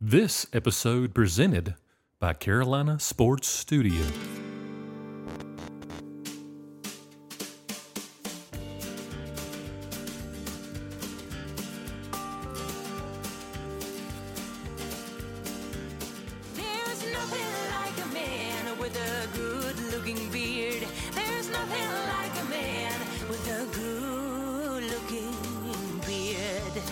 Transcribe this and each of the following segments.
This episode presented by Carolina Sports Studio. There's nothing like a man with a good looking beard. There's nothing like a man with a good looking beard.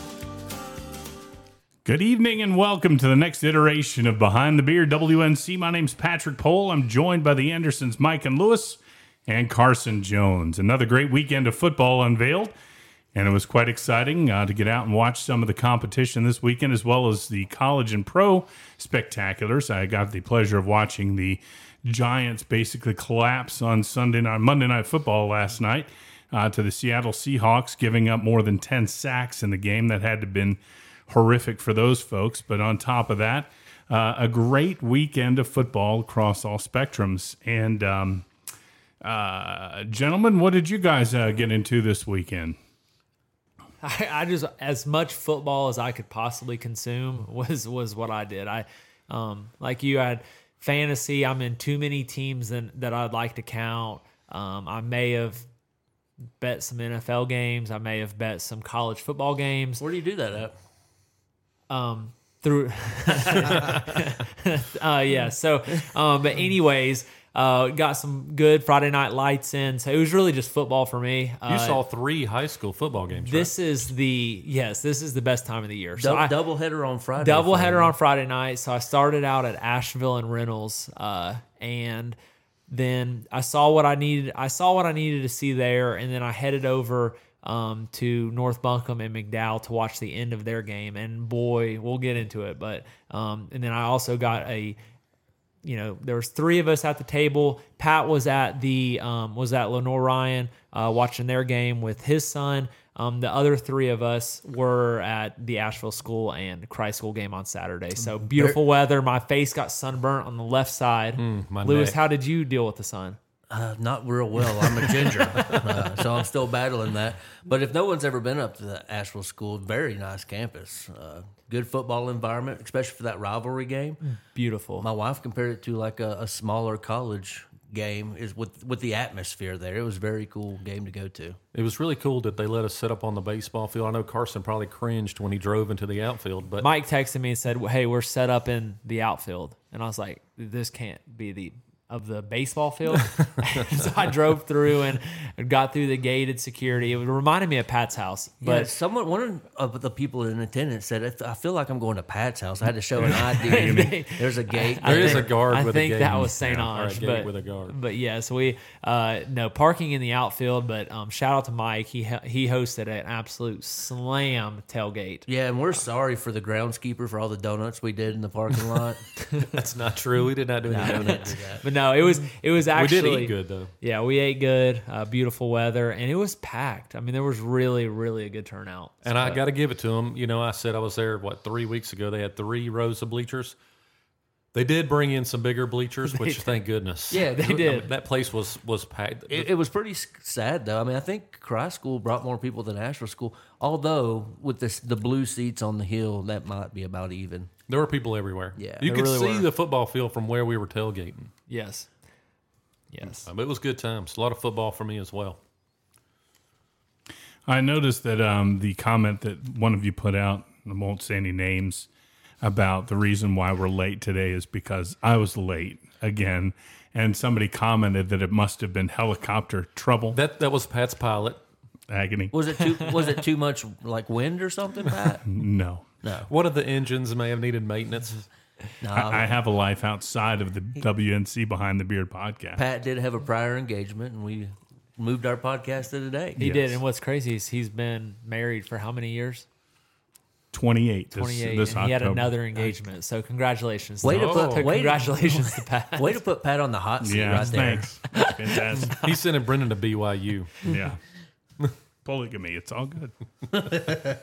Good evening and welcome to the next iteration of Behind the Beer WNC. My name's Patrick Pohl. I'm joined by the Andersons, Mike and Lewis, and Carson Jones. Another great weekend of football unveiled, and it was quite exciting uh, to get out and watch some of the competition this weekend, as well as the college and pro spectaculars. I got the pleasure of watching the Giants basically collapse on Sunday night, Monday Night Football last night uh, to the Seattle Seahawks, giving up more than 10 sacks in the game. That had to have been horrific for those folks. But on top of that, uh, a great weekend of football across all spectrums. And, um, uh, gentlemen, what did you guys uh, get into this weekend? I, I just as much football as I could possibly consume was was what I did. I um like you I had fantasy. I'm in too many teams than, that I'd like to count. Um, I may have bet some NFL games. I may have bet some college football games. Where do you do that at? um through uh yeah so um but anyways uh got some good friday night lights in so it was really just football for me uh, You saw three high school football games. this is the yes this is the best time of the year so Dou- I, double header on Friday. double header on friday night so i started out at asheville and reynolds uh and then i saw what i needed i saw what i needed to see there and then i headed over um, to North Buncombe and McDowell to watch the end of their game, and boy, we'll get into it. But um, and then I also got a you know there was three of us at the table pat was at the um, was at lenore ryan uh, watching their game with his son um, the other three of us were at the asheville school and christ school game on saturday so Mm-hmm. beautiful weather my face got sunburnt on the left side Mm, my lewis neck. how did you deal with the sun Uh, not real well. I'm a ginger, uh, so I'm still battling that. But if no one's ever been up to the Asheville School, very nice campus, uh, good football environment, especially for that rivalry game. Hmm. beautiful My wife compared it to like a, a smaller college game is with with the atmosphere there. It was a very cool game to go to. It was really cool that they let us set up on the baseball field. I know Carson probably cringed when he drove into the outfield, but mike texted me and said hey we're set up in the outfield and i was like this can't be the of the baseball field so i drove through and got through the gated security it reminded me of pat's house But but someone, one of the people in attendance said, "If- "I feel like I'm going to Pat's house. I had to show an ID. There's a gate. I There is think- a guard I with a think gate. that was Saint Yeah, or a Ange, gate but with a guard. But yes, we uh, no parking in the outfield. But um, shout out to Mike. He he hosted an absolute slam tailgate. Yeah, and we're sorry for the groundskeeper for all the donuts we did in the parking lot. that's not true. We did not do any donuts. But no, it was it was We actually did eat good though. Yeah, we ate good. Uh, beautiful weather, and it was packed. I mean, there was really really a good turnout. And I got to give it to them. You know, I said I was there, what, three weeks ago. They had three rows of bleachers. They did bring in some bigger bleachers, which thank goodness. Yeah, they I mean, did. that place was was packed. it, it was pretty s- sad though. I mean, I think Christ School brought more people than Asheville School. Although with this, the blue seats on the hill, that might be about even. There were people everywhere. Yeah. you There could really see were. the football field from where we were tailgating. Yes, yes. Um, it was good times. A lot of football for me as well. I noticed that um, the comment that one of you put out, I won't say any names, about the reason why we're late today is because I was late again, and somebody commented that it must have been helicopter trouble. That that was Pat's pilot. Agony. Was it too? was it too much like wind or something? Pat? No. No, One of the engines may have needed maintenance. no. I, I have a life outside of the WNC Behind the Beard podcast. Pat did have a prior engagement, and we moved our podcast to today. He did, Yes. and what's crazy is he's been married for how many years? 28 this, 28 this and October. he had another engagement so congratulations Way to, to put- to way to- congratulations to pat Way to put Pat on the hot seat Yeah, right there. thanks. That's fantastic. He's sending Brendan to BYU. Yeah. Polygamy, it's all good.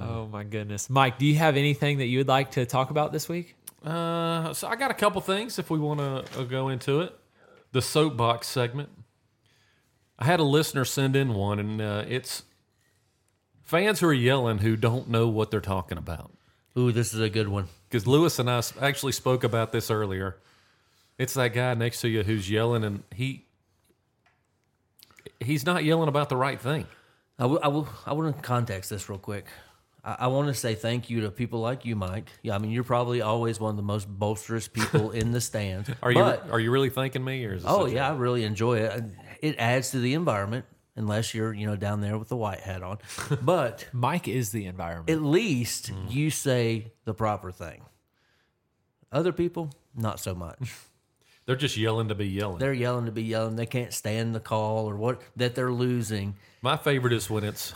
oh my goodness mike do you have anything that you would like to talk about this week Uh, so I got a couple things if we want to uh, go into it. The soapbox segment. I had a listener send in one, and uh, it's fans who are yelling who don't know what they're talking about. Ooh, this is a good one. because Lewis and I s- actually spoke about this earlier. It's that guy next to you who's yelling, and he he's not yelling about the right thing. I will. I will. I want to context this real quick. I, I want to say thank you to people like you, Mike. Yeah, I mean, you're probably always one of the most bolsterous people in the stands. Are you But- are you really thanking me, or is this Oh a joke? yeah, I really enjoy it. And It adds to the environment, unless you're you know down there with the white hat on. But Mike is the environment. at least Mm. you say the proper thing. Other people, not so much. They're just yelling to be yelling. They're yelling to be yelling. They can't stand the call or what that they're losing. My favorite is when it's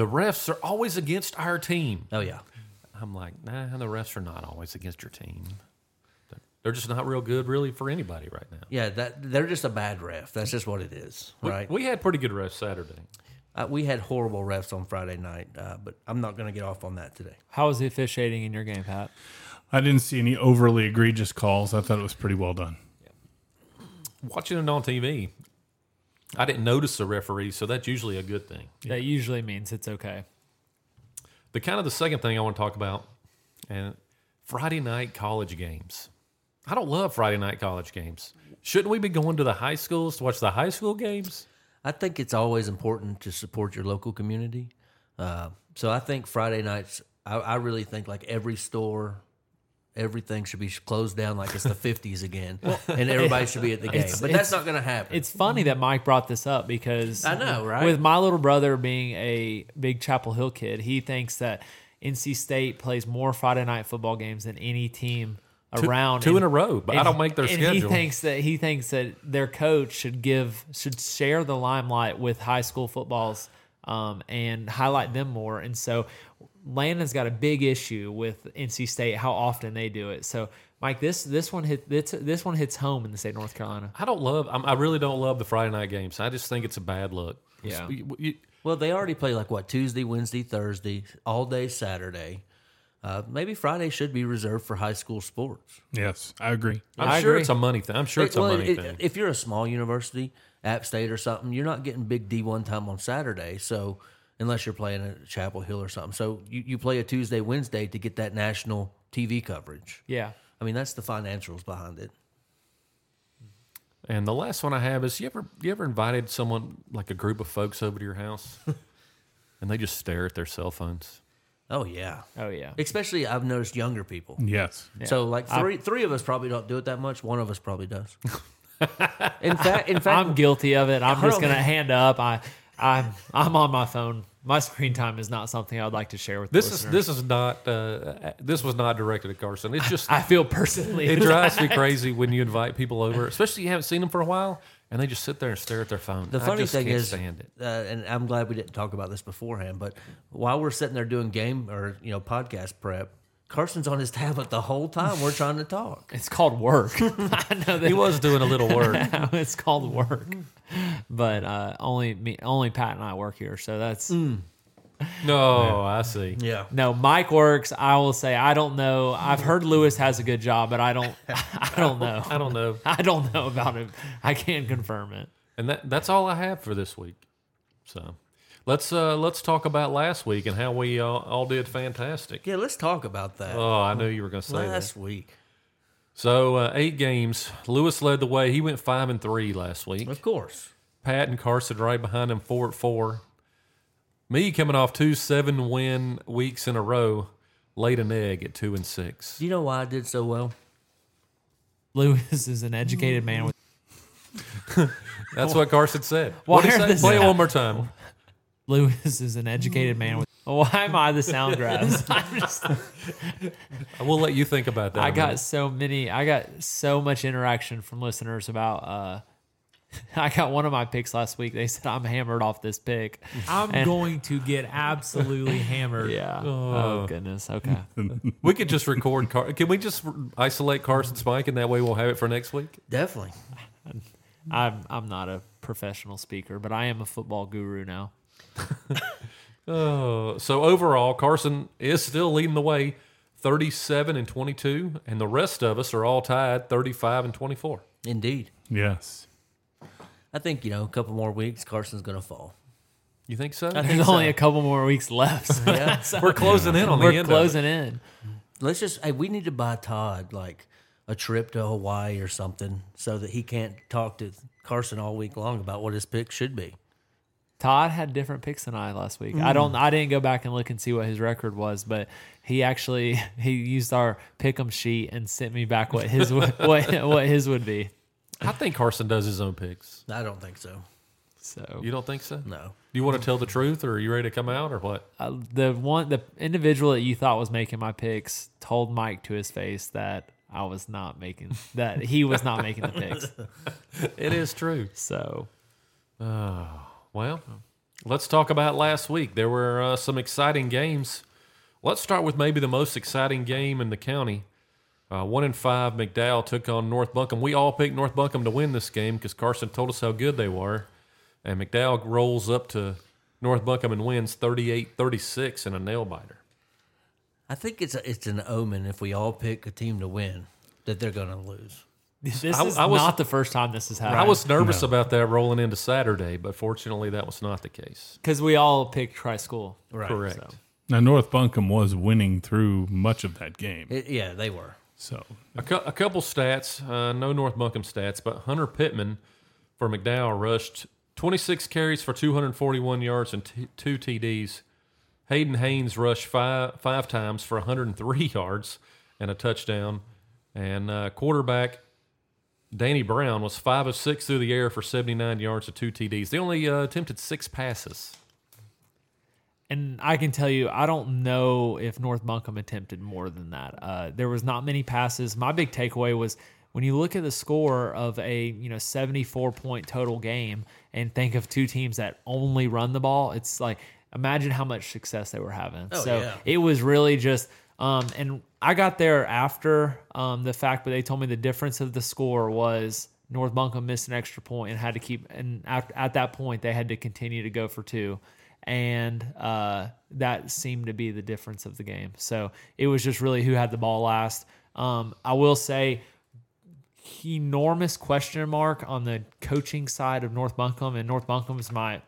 the refs are always against our team. Oh yeah, I'm like, nah, the refs are not always against your team. They're- They're just not real good, really, for anybody right now. yeah. That they're just a bad ref. That's just what it is, We- right? We, had pretty good refs Saturday. Uh, we had horrible refs on Friday night, uh, but I'm not going to get off on that today. How was the officiating in your game, Pat? I didn't see any overly egregious calls. I thought it was pretty well done. Watching it on TV, I didn't notice the referees, so that's usually a good thing. That usually means it's okay. The kind of the second thing I want to talk about, and Friday night college games. I don't love Friday night college games. Shouldn't we be going to the high schools to watch the high school games? I think it's always important to support your local community. Uh, so I think Friday nights, I, I really think like every store, everything should be closed down like it's the 50s again, and everybody should be at the game. it's- But it's- that's not going to happen. It's funny that Mike brought this up because I know, right? With my little brother being a big Chapel Hill kid, he thinks that NC State plays more Friday night football games than any team around. two in a row, but I don't make their and He schedule. thinks that he thinks that their coach should give should share the limelight with high school footballs um, and highlight them more. And so Landon's got a big issue with NC State how often they do it. So Mike, this this one hit this, this one hits home in the state of North Carolina. I don't love. I'm, I really don't love the Friday night games. I just think it's a bad look. Yeah. It's- you- you- well, they already play like what Tuesday, Wednesday, Thursday, all day Saturday. Uh, maybe Friday should be reserved for high school sports. Yes, I agree. I'm I sure agree. it's a money thing. I'm sure it's It- well, a money it- thing. If you're a small university, App State or something, you're not getting big D1 time on Saturday. So unless you're playing at Chapel Hill or something, so you, you play a Tuesday, Wednesday to get that national TV coverage. Yeah. I mean, that's the financials behind it. and the last one I have is you ever you ever invited someone like a group of folks over to your house, and they just stare at their cell phones. Oh yeah, Oh yeah. especially I've noticed younger people. Yes. So like three three of us probably don't do it that much. One of us probably does. in fact, in fact, I'm guilty of it. I'm just Hold on. gonna hand up. I, I, I'm on my phone. My screen time is not something I'd like to share with. This is this is not uh, this was not directed at Carson. It's just I feel personally. it drives me crazy when you invite people over, especially you haven't seen them for a while, and they just sit there and stare at their phone. The I funny just thing can't is, stand it. Uh, and I'm glad we didn't talk about this beforehand. But while we're sitting there doing game or you know podcast prep, Carson's on his tablet the whole time we're trying to talk. It's called work. I know He that was doing a little work. it's called work, but uh, only me, only Pat and I work here, so that's Mm. No, I see. Yeah, no. Mike works. I will say I don't know. I've heard Lewis has a good job, but I don't. I don't know. I don't know. I don't know about him. I can't confirm it. And that that's all I have for this week. So let's uh let's talk about last week and how we all, all did fantastic. yeah. Let's talk about that Oh, I knew you were going to say that. last week. So uh, eight games. Lewis led the way. He went five and three last week. Of course, Pat and Carson right behind him, four at four. Me coming off two seven win weeks in a row, laid an egg at two and six. do you know why I did so well? Lewis is an educated Mm. man with. That's what Carson said. What did he are say? this- Play it one more time. Lewis is an educated man with. Why am I the sound grabs? I'm just, We'll let you think about that. I a got minute. so many. I got so much interaction from listeners about. uh I got one of my picks last week. They said I'm hammered off this pick. I'm going to get absolutely hammered. Yeah. Oh, goodness. Okay. We could just record. Car- Can we just isolate Carson's mic and that way we'll have it for next week? Definitely. I'm I'm not a professional speaker, but I am a football guru now. Uh, so overall, Carson is still leading the way, thirty-seven and twenty-two, and the rest of us are all tied, thirty-five and twenty-four. Indeed, Yes. I think you know a couple more weeks. Carson's going to fall. You think so? And there's only a couple more weeks left. so Yeah. We're closing in on the we're end. closing in. Let's just hey, we need to buy Todd like a trip to Hawaii or something so that he can't talk to Carson all week long about what his pick should be. Todd had different picks than I last week. I Mm-hmm. don't. I didn't go back and look and see what his record was, but he actually he used our pick'em sheet and sent me back what his would- what what his would be. Of it. I think Carson does his own picks. I don't think so. So You don't think so? No. Do you want to tell the truth, or are you ready to come out, or what? uh, the one the individual that you thought was making my picks told Mike to his face that I was not making that he was not making the picks. It is true. So Well, let's talk about last week. There were uh, some exciting games. Let's start with maybe the most exciting game in the county. Uh, one in five, McDowell took on North Buncombe. We all picked North Buncombe to win this game because Carson told us how good they were. And McDowell rolls up to North Buncombe and wins 38 36 in a nail biter. I think it's a, it's an omen if we all pick a team to win that they're going to lose. this I- is I was- not the first time this has I happened was nervous about that rolling into Saturday, but fortunately, that was not the case. because we all picked Tri School. Correct. Now North Buncombe was winning through much of that game, It, yeah, they were. so A, cou- a couple stats, uh, no North Buncombe stats, but Hunter Pittman for McDowell rushed 26 carries for 241 yards and t- two TDs. Hayden Haynes rushed five five times for 103 yards and a touchdown. And uh, quarterback Danny Brown was five of six through the air for 79 yards and two TDs. They only uh, attempted six passes. And I can tell you, I don't know if North Buncombe attempted more than that. Uh, there was not many passes. My big takeaway was when you look at the score of a you know 74 point total game and think of two teams that only run the ball, it's like imagine how much success they were having. so yeah. it was really just um, and I got there after um, the fact, but they told me the difference of the score was North Buncombe missed an extra point and had to keep and at, at that point they had to continue to go for two, and uh, that seemed to be the difference of the game. So it was just really who had the ball last. Um, I will say enormous question mark on the coaching side of North Buncombe, and North Buncombe is my,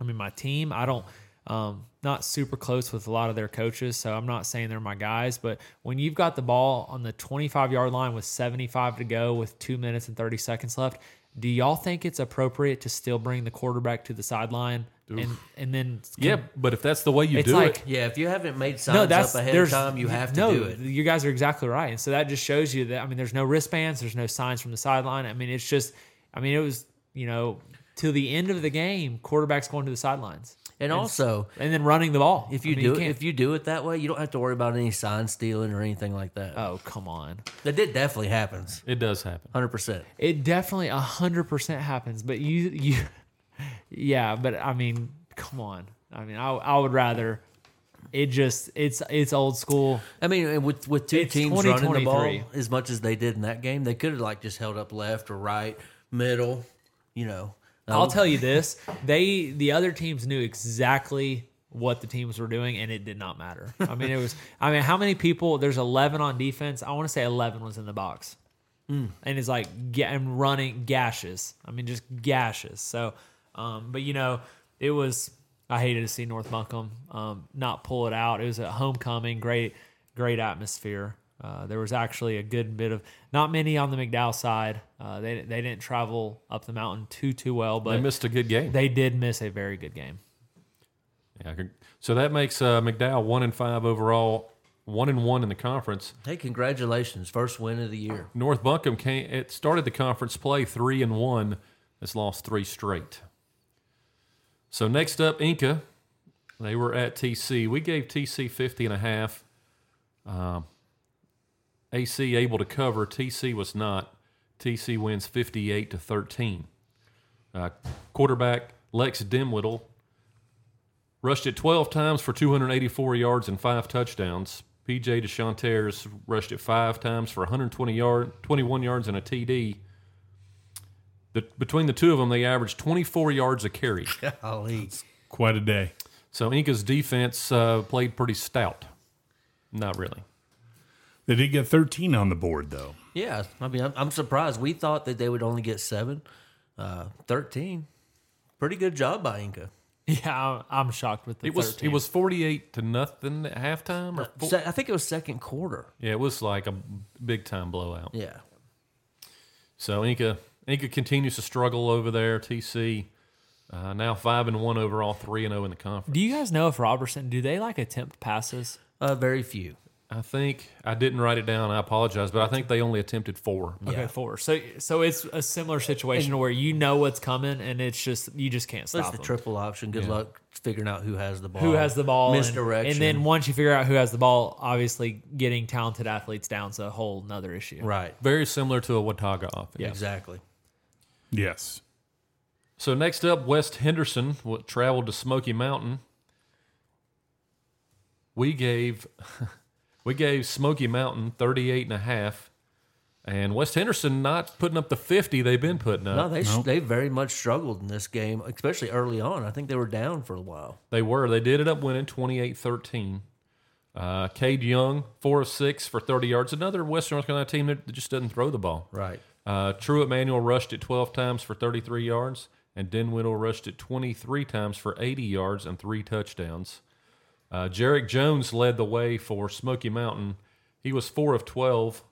I mean, my team. I don't, um, not super close with a lot of their coaches, so I'm not saying they're my guys. But when you've got the ball on the 25 yard line with 75 to go, with two minutes and 30 seconds left, do y'all think it's appropriate to still bring the quarterback to the sideline and and then Yeah, but if that's the way you It's do like- it, Yeah, if you haven't made signs up ahead of there's- time, you have to no, do it. You guys are exactly right, and so that just shows you that I mean, there's no wristbands, there's no signs from the sideline. I mean, it's just, I mean, it was you know to the end of the game, quarterbacks going to the sidelines And also, and then running the ball. if you I mean, do it, can't- if you do it that way, you don't have to worry about any sign stealing or anything like that. oh come on, That did definitely happens. it does happen. 100%. it definitely hundred percent happens. But you you, yeah, but I mean, come on, I mean, I I would rather. It just it's it's old school. I mean, and with with two It's teams running the ball 2023. as much as they did in that game, they could have like just held up left or right, middle, you know. Um, I'll tell you this: they the other teams knew exactly what the teams were doing, and it did not matter. I mean, it was. I mean, how many people? There's 11 on defense. I want to say 11 was in the box, and it's like ga- and running gashes. I mean, just gashes. So, um, but you know, it was. I hated to see North Buncombe um, not pull it out. It was a homecoming, great, great atmosphere. Uh, there was actually a good bit of not many on the McDowell side. Uh, they they didn't travel up the mountain too too well, but They missed a good game. they did miss a very good game. Yeah, con- so that makes uh, McDowell one and five overall, one and one in the conference. Hey, congratulations. First win of the year. North Buncombe came, it started the conference play three and one, has lost three straight. So next up, Inca. They were at TC. We gave TC 50 and a half. Um, AC able to cover. TC was not. TC wins 58 to 13. Uh, quarterback Lex Dimwittle rushed it 12 times for 284 yards and five touchdowns. PJ DeShanter's rushed it five times for 120 yard, 21 yards and a TD. The, between the two of them, they averaged 24 yards a carry. Golly. quite a day. So Inca's defense uh, played pretty stout. Not really. They did get 13 on the board though. Yeah, I mean, I'm, I'm surprised. We thought that they would only get seven, uh, 13. Pretty good job by Inca. Yeah, I'm, I'm shocked with the It was 13. it was forty eight to nothing at halftime. Uh, Or four, Uh, Se- I think it was second quarter. yeah, it was like a big time blowout. Yeah. So Inca Inca continues to struggle over there. TC uh, now five and one overall, three and zero in the conference. Do you guys know if Robertson do they like attempt passes? Uh, very few. I think I didn't write it down. I apologize, but I think they only attempted four. Okay, four. So so it's a similar situation where you know what's coming and it's just you just can't That's stop the them. triple option. Good luck figuring out who has the ball. who has the ball and- Misdirection. And, then once you figure out who has the ball, obviously getting talented athletes down's a whole nother issue. right. Very similar to a Watauga offense. Exactly. Yes. So next up, West Henderson w- traveled to Smoky Mountain. We gave we gave Smoky Mountain 38 and a half and West Henderson not putting up the 50 they've been putting Uh, up. No, they sh they very much struggled in this game, especially early on. I think they were down for a while. They were. They did end up winning 28 13. Uh, Cade Young, 4 of 6 for 30 yards. Another Western North Carolina team that just doesn't throw the ball. Right. Uh, Truett Manuel rushed it 12 times for 33 yards, and Dinwiddle rushed it 23 times for 80 yards and three touchdowns. Uh, Jarek Jones led the way for Smoky Mountain. He was 4 of 12.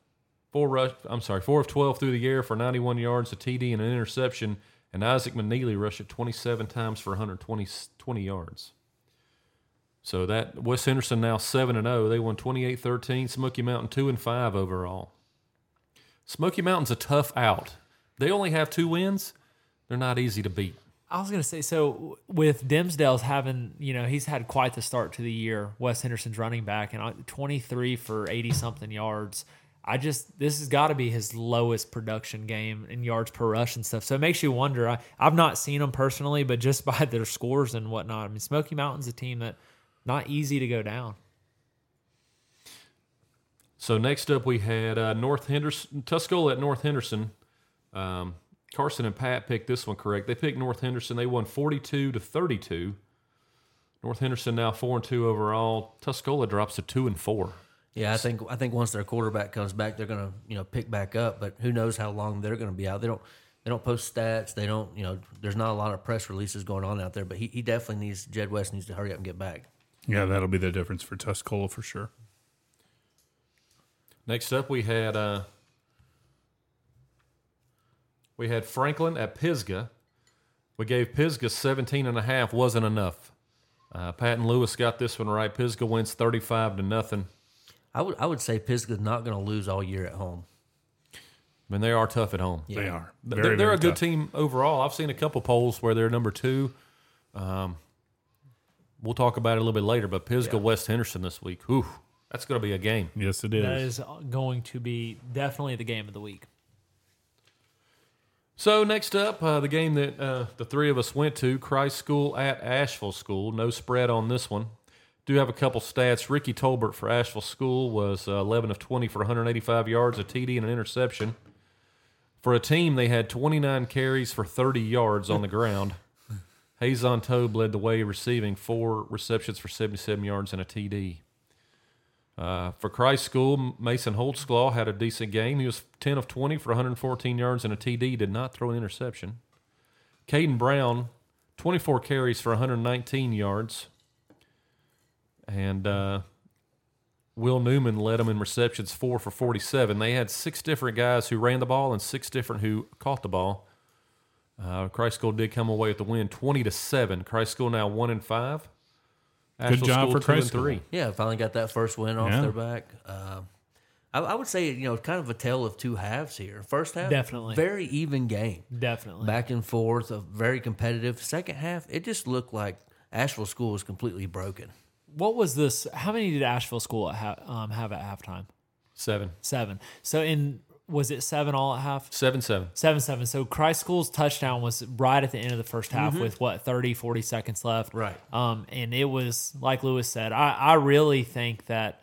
Four rush, I'm sorry, four of 12 through the air for 91 yards, a TD, and an interception. And Isaac McNeely rushed it 27 times for 120 s- 20 yards. So that West Henderson now 7 and 0. They won 28 13. Smoky Mountain 2 and 5 overall. Smoky Mountain's a tough out. They only have two wins. They're not easy to beat. I was gonna say so with Dimsdale's having you know he's had quite the start to the year. Wes Henderson's running back and I- 23 for 80 something yards. I just this has got to be his lowest production game in yards per rush and stuff. So it makes you wonder. I, I've not seen them personally, but just by their scores and whatnot. I mean, Smoky Mountain's a team that not easy to go down. So next up, we had uh, North Henderson, Tuscola at North Henderson. Um, Carson and Pat picked this one correct. They picked North Henderson. They won forty-two to thirty-two. North Henderson now four and two overall. Tuscola drops to two and four. Yeah, I think I think once their quarterback comes back, they're gonna you know pick back up. But who knows how long they're gonna be out? They don't they don't post stats. They don't you know. There's not a lot of press releases going on out there. But he, he definitely needs Jed West needs to hurry up and get back. Yeah, that'll be the difference for Tuscola for sure. Next up, we had uh, we had Franklin at Pisgah. We gave Pisgah 17 and a half. Wasn't enough. Uh, Patton Lewis got this one right. Pisgah wins 35 to nothing. I would I would say Pisgah's not gonna lose all year at home. I mean, they are tough at home. They are. They're, Very, they're very a good tough. team overall. I've seen a couple polls where they're number two. Um, we'll talk about it a little bit later, but Pisgah West Henderson this week. Whew, that's going to be a game. Yes, it is. That is uh, going to be definitely the game of the week. So next up, uh, the game that uh, the three of us went to, Christ School at Asheville School. No spread on this one. Do have a couple stats. Ricky Tolbert for Asheville School was uh, 11 of 20 for 185 yards, a TD, and an interception. For a team, they had 29 carries for 30 yards on the ground. Hazon Tobe led the way, receiving four receptions for 77 yards and a TD. Uh, for Christ School, Mason Holtzclaw had a decent game. He was 10 of 20 for 114 yards and a TD, did not throw an interception. Caden Brown, 24 carries for 119 yards. And uh, Will Newman led them in receptions, four for 47. They had six different guys who ran the ball and six different who caught the ball. Uh, Christ School did come away with the win, 20 to 7. Christ School now 1 and 5. Asheville job for two Christ and School. three. Yeah, finally got that first win off Yeah. their back. Uh, I, I would say you know kind of a tale of two halves here. First half Definitely. very even game. Definitely. back and forth, a very competitive second half. It just looked like Asheville School was completely broken. What was this? How many did Asheville School at ha- um, have at halftime? Seven. Seven. So in was it seven all at half? Seven, seven. Seven seven. So Christ School's touchdown was right at the end of the first half with what 30, 40 seconds left. Right. Um, and it was like Lewis said, I, I really think that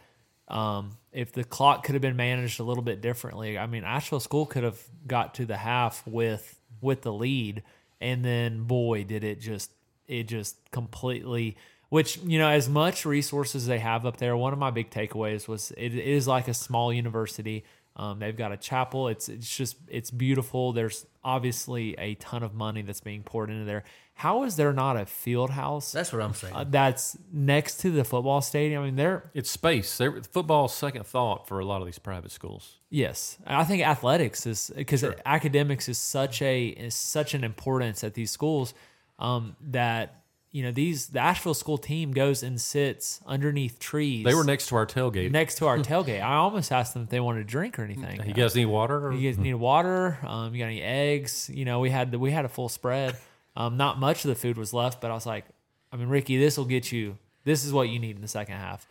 um, if the clock could have been managed a little bit differently, I mean Asheville School could have got to the half with with the lead, and then boy did it just it just completely. Which you know, as much resources they have up there, one of my big takeaways was it is like a small university. Um, they've got a chapel. It's it's just it's beautiful. There's obviously a ton of money that's being poured into there. How is there not a field house That's what I'm saying. uh, that's next to the football stadium? I mean, they're It's space. They- Football's second thought for a lot of these private schools. Yes, I think athletics is because academics is such a is such an importance at these schools um, that you know these the Asheville school team goes and sits underneath trees. They were next to our tailgate. next to our tailgate. I almost asked them if they wanted a drink or anything. you guys need water? Or? You guys need water? Um, you got any eggs? You know, we had the, we had a full spread. Um, not much of the food was left, but I was like, I mean, Ricky, this will get you. This is what you need in the second half.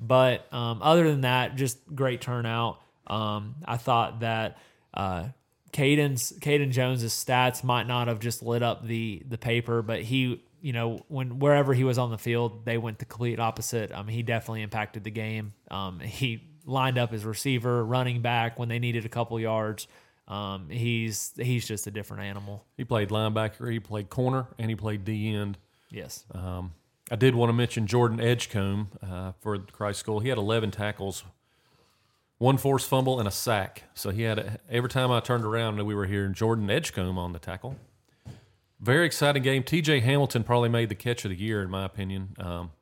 But um, other than that, just great turnout. Um, I thought that uh, Caden's Caden Jones's stats might not have just lit up the the paper, but he, you know, when wherever he was on the field, they went the complete opposite. Um, he definitely impacted the game. Um, he lined up his receiver, running back when they needed a couple yards. Um, he's he's just a different animal. He played linebacker, he played corner, and he played D end. Yes, Um, I did want to mention Jordan Edgecombe uh, for Christ School. He had 11 tackles, one forced fumble, and a sack. So he had a, every time I turned around, we were hearing Jordan Edgecombe on the tackle. Very exciting game. T.J. Hamilton probably made the catch of the year, in my opinion, um,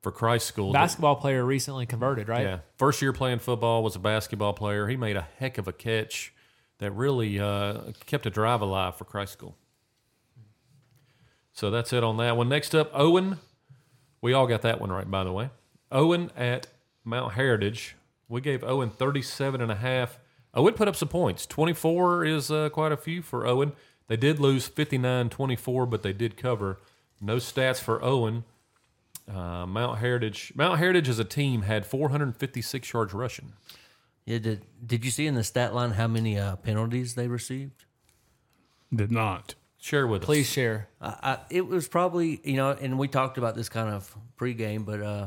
for Christ School. basketball player recently converted, right? Yeah, first year playing football was a basketball player. He made a heck of a catch that really uh, kept a drive alive for Christ School. So that's it on that one. Next up, Owen. We all got that one right, by the way. Owen at Mount Heritage. We gave Owen 37 and a half. Owen put up some points. 24 is uh, quite a few for Owen. They did lose 59 24, but they did cover. No stats for Owen. Uh, Mount Heritage. Mount Heritage as a team had 456 yards rushing. Yeah, did, did you see in the stat line how many uh, penalties they received? Did not. Share with Please us. share. I, I, it was probably you know, and we talked about this kind of pregame, but uh,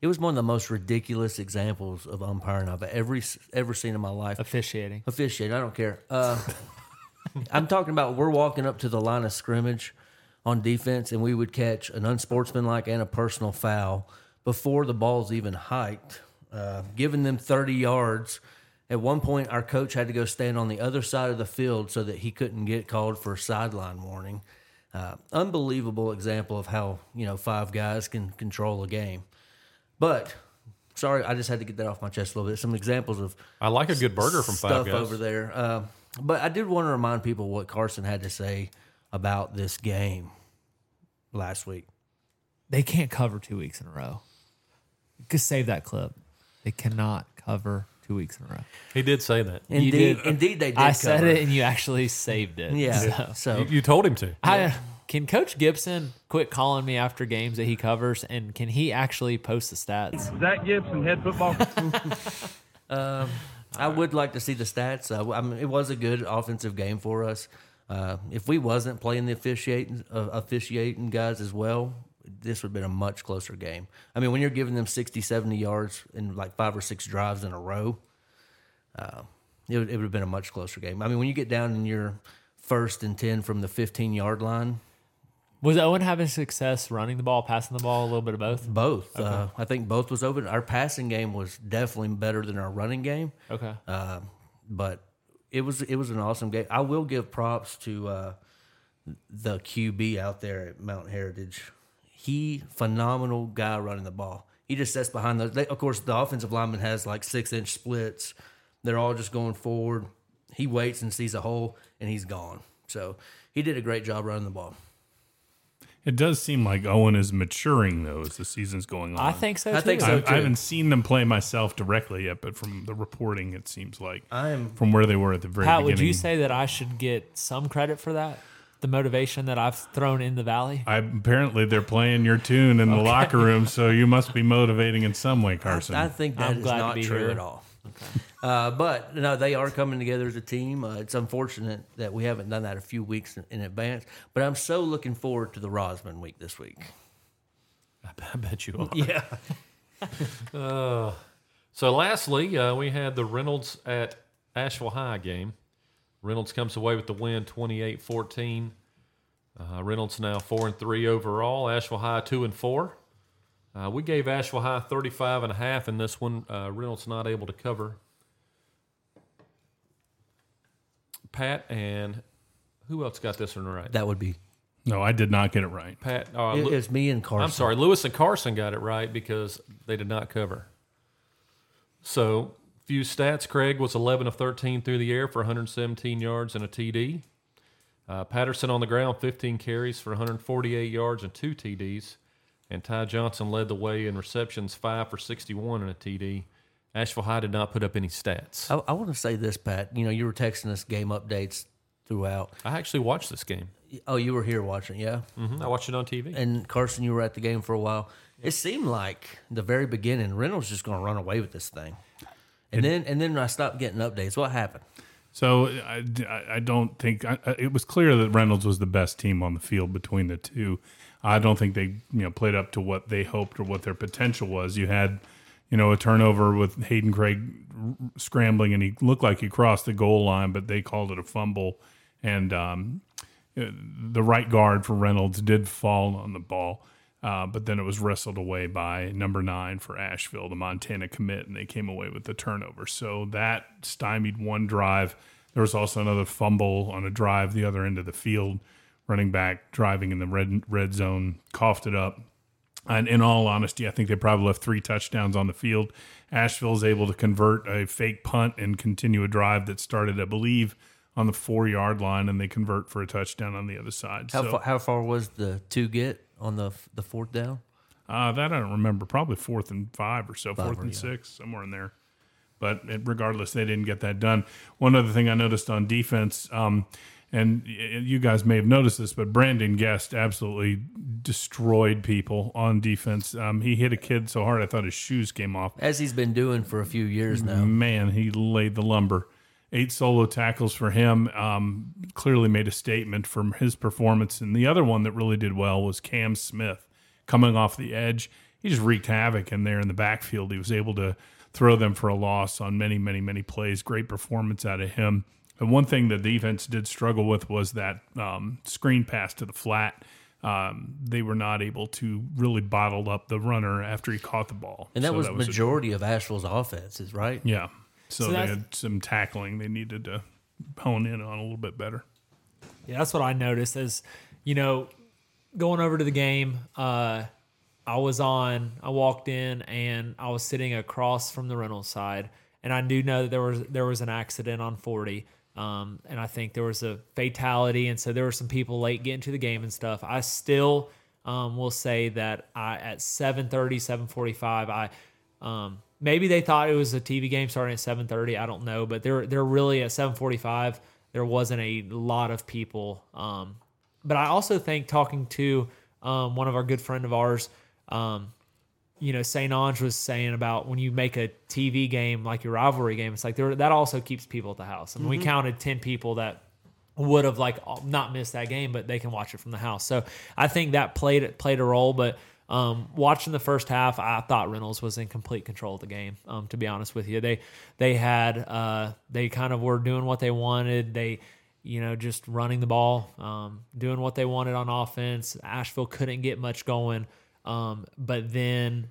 it was one of the most ridiculous examples of umpiring I've ever ever seen in my life. Officiating. officiate. I don't care. Uh, I'm talking about we're walking up to the line of scrimmage on defense, and we would catch an unsportsmanlike and a personal foul before the ball's even hiked, uh, giving them 30 yards. At one point, our coach had to go stand on the other side of the field so that he couldn't get called for a sideline warning. Uh, unbelievable example of how you know five guys can control a game. But sorry, I just had to get that off my chest a little bit. Some examples of I like a good burger from Five stuff Guys. over there. Uh, but I did want to remind people what Carson had to say about this game last week. They can't cover two weeks in a row. Just save that clip. They cannot cover two weeks in a row. He did say that. Indeed, did. indeed, they did. I said cover. it, and you actually saved it. Yeah. So, You, you told him to. I can Coach Gibson quit calling me after games that he covers, and can he actually post the stats? Zach Gibson, head football. I would like to see the stats. Uh, I mean, it was a good offensive game for us. Uh, if we wasn't playing the officiating uh, officiating guys as well, this would have been a much closer game. I mean, when you're giving them 60, 70 yards in like five or six drives in a row, uh, it, would, it would have been a much closer game. I mean, when you get down in your first and 10 from the 15 yard line, Was Owen having success running the ball, passing the ball, a little bit of both? both, uh, I think both was open. Our passing game was definitely better than our running game. Okay. but it was it was an awesome game. I will give props to uh, the QB out there at Mount Heritage. He phenomenal guy running the ball. He just sets behind those. They, of course, the offensive lineman has like six inch splits. They're all just going forward. He waits and sees a hole, and he's gone. So he did a great job running the ball. It does seem like Owen is maturing though as the season's going on. Um, I think so. I think too. so. I, too. I haven't seen them play myself directly yet, but from the reporting, it seems like I am- from where they were at the very Pat, beginning. would you say that I should get some credit for that? The motivation that I've thrown in the valley. I, apparently they're playing your tune in the locker room, so you must be motivating in some way, Carson. I think that I'm is glad to not be true here. at all. Uh, but no, they are coming together as a team. Uh, it's unfortunate that we haven't done that a few weeks in, in advance. But I'm so looking forward to the Rosman week this week. I bet you are. Yeah. uh, so, lastly, uh, we had the Reynolds at Asheville High game. Reynolds comes away with the win 28 14. Uh, Reynolds now 4 and 3 overall. Asheville High 2 and 4. Uh, we gave Asheville High 35 and a half in this one. Uh, Reynolds not able to cover. Pat and who else got this one right? That would be. No, I did not get it right. Pat. Uh, it- Lu- it's me and Carson. I'm sorry, Lewis and Carson got it right because they did not cover. So, few stats. Craig was 11 of 13 through the air for 117 yards and a TD. Uh, Patterson on the ground, 15 carries for 148 yards and two TDs. And Ty Johnson led the way in receptions, five for 61 and a TD. Asheville High did not put up any stats. I, I want to say this, Pat. You know, you were texting us game updates throughout. I actually watched this game. Oh, you were here watching, yeah. Mm. Mhm, I watched it on TV. And Carson, you were at the game for a while. It seemed like the very beginning, Reynolds just going to run away with this thing. And then, and then I stopped getting updates. What happened? So I, I- I don't think I, I- it was clear that Reynolds was the best team on the field between the two. I don't think they you know played up to what they hoped or what their potential was. You had you know a turnover with Hayden Craig r- scrambling and he looked like he crossed the goal line, but they called it a fumble. And um, the right guard for Reynolds did fall on the ball, uh, but then it was wrestled away by number nine for Asheville, the Montana commit, and they came away with the turnover. So that stymied one drive. There was also another fumble on a drive the other end of the field. Running back driving in the red red zone coughed it up. And in all honesty, I think they probably left three touchdowns on the field. Asheville's able to convert a fake punt and continue a drive that started, I believe, on the four yard line, and they convert for a touchdown on the other side. How, so far, how far was the two get on the the fourth down? uh, that I don't remember. Probably fourth and five or so, fourth and six, somewhere in there. But it- regardless, they didn't get that done. One other thing I noticed on defense, um, and y- you guys may have noticed this, but Brandon Guest absolutely destroyed people on defense. Um, he hit a kid so hard I thought his shoes came off. As he's been doing for a few years now. Man, he laid the lumber. Eight solo tackles for him. Um, clearly made a statement from his performance. And the other one that really did well was Cam Smith coming off the edge. He just wreaked havoc in there in the backfield. He was able to throw them for a loss on many, many, many plays. Great performance out of him. And one thing that the defense did struggle with was that um, screen pass to the flat. Um, they were not able to really bottle up the runner after he caught the ball. And that So was a- majority of Asheville's offenses, right? yeah. So, they that's- had some tackling they needed to hone in on a little bit better. Yeah, that's what I noticed. Is you know, going over to the game, uh, I was on. I walked in and I was sitting across from the rental side, and I do know that there was there was an accident on forty, um, and I think there was a fatality, and so there were some people late getting to the game and stuff. I still um, will say that I at 7.30, 7.45, I um, maybe they thought it was a TV game starting at 7:30. I don't know, but they're they're really at 7:45. There wasn't a lot of people. Um, but I also think talking to um, one of our good friend of ours, um, you know, Saint Ange was saying about when you make a TV game like your rivalry game, it's like there that also keeps people at the house. I mean, we counted 10 people that would have like not missed that game, but they can watch it from the house. So I think that played played a role. But um, watching the first half, I thought Reynolds was in complete control of the game. Um, to be honest with you, they they had uh, they kind of were doing what they wanted. They you know just running the ball, um, doing what they wanted on offense. Asheville couldn't get much going, um, but then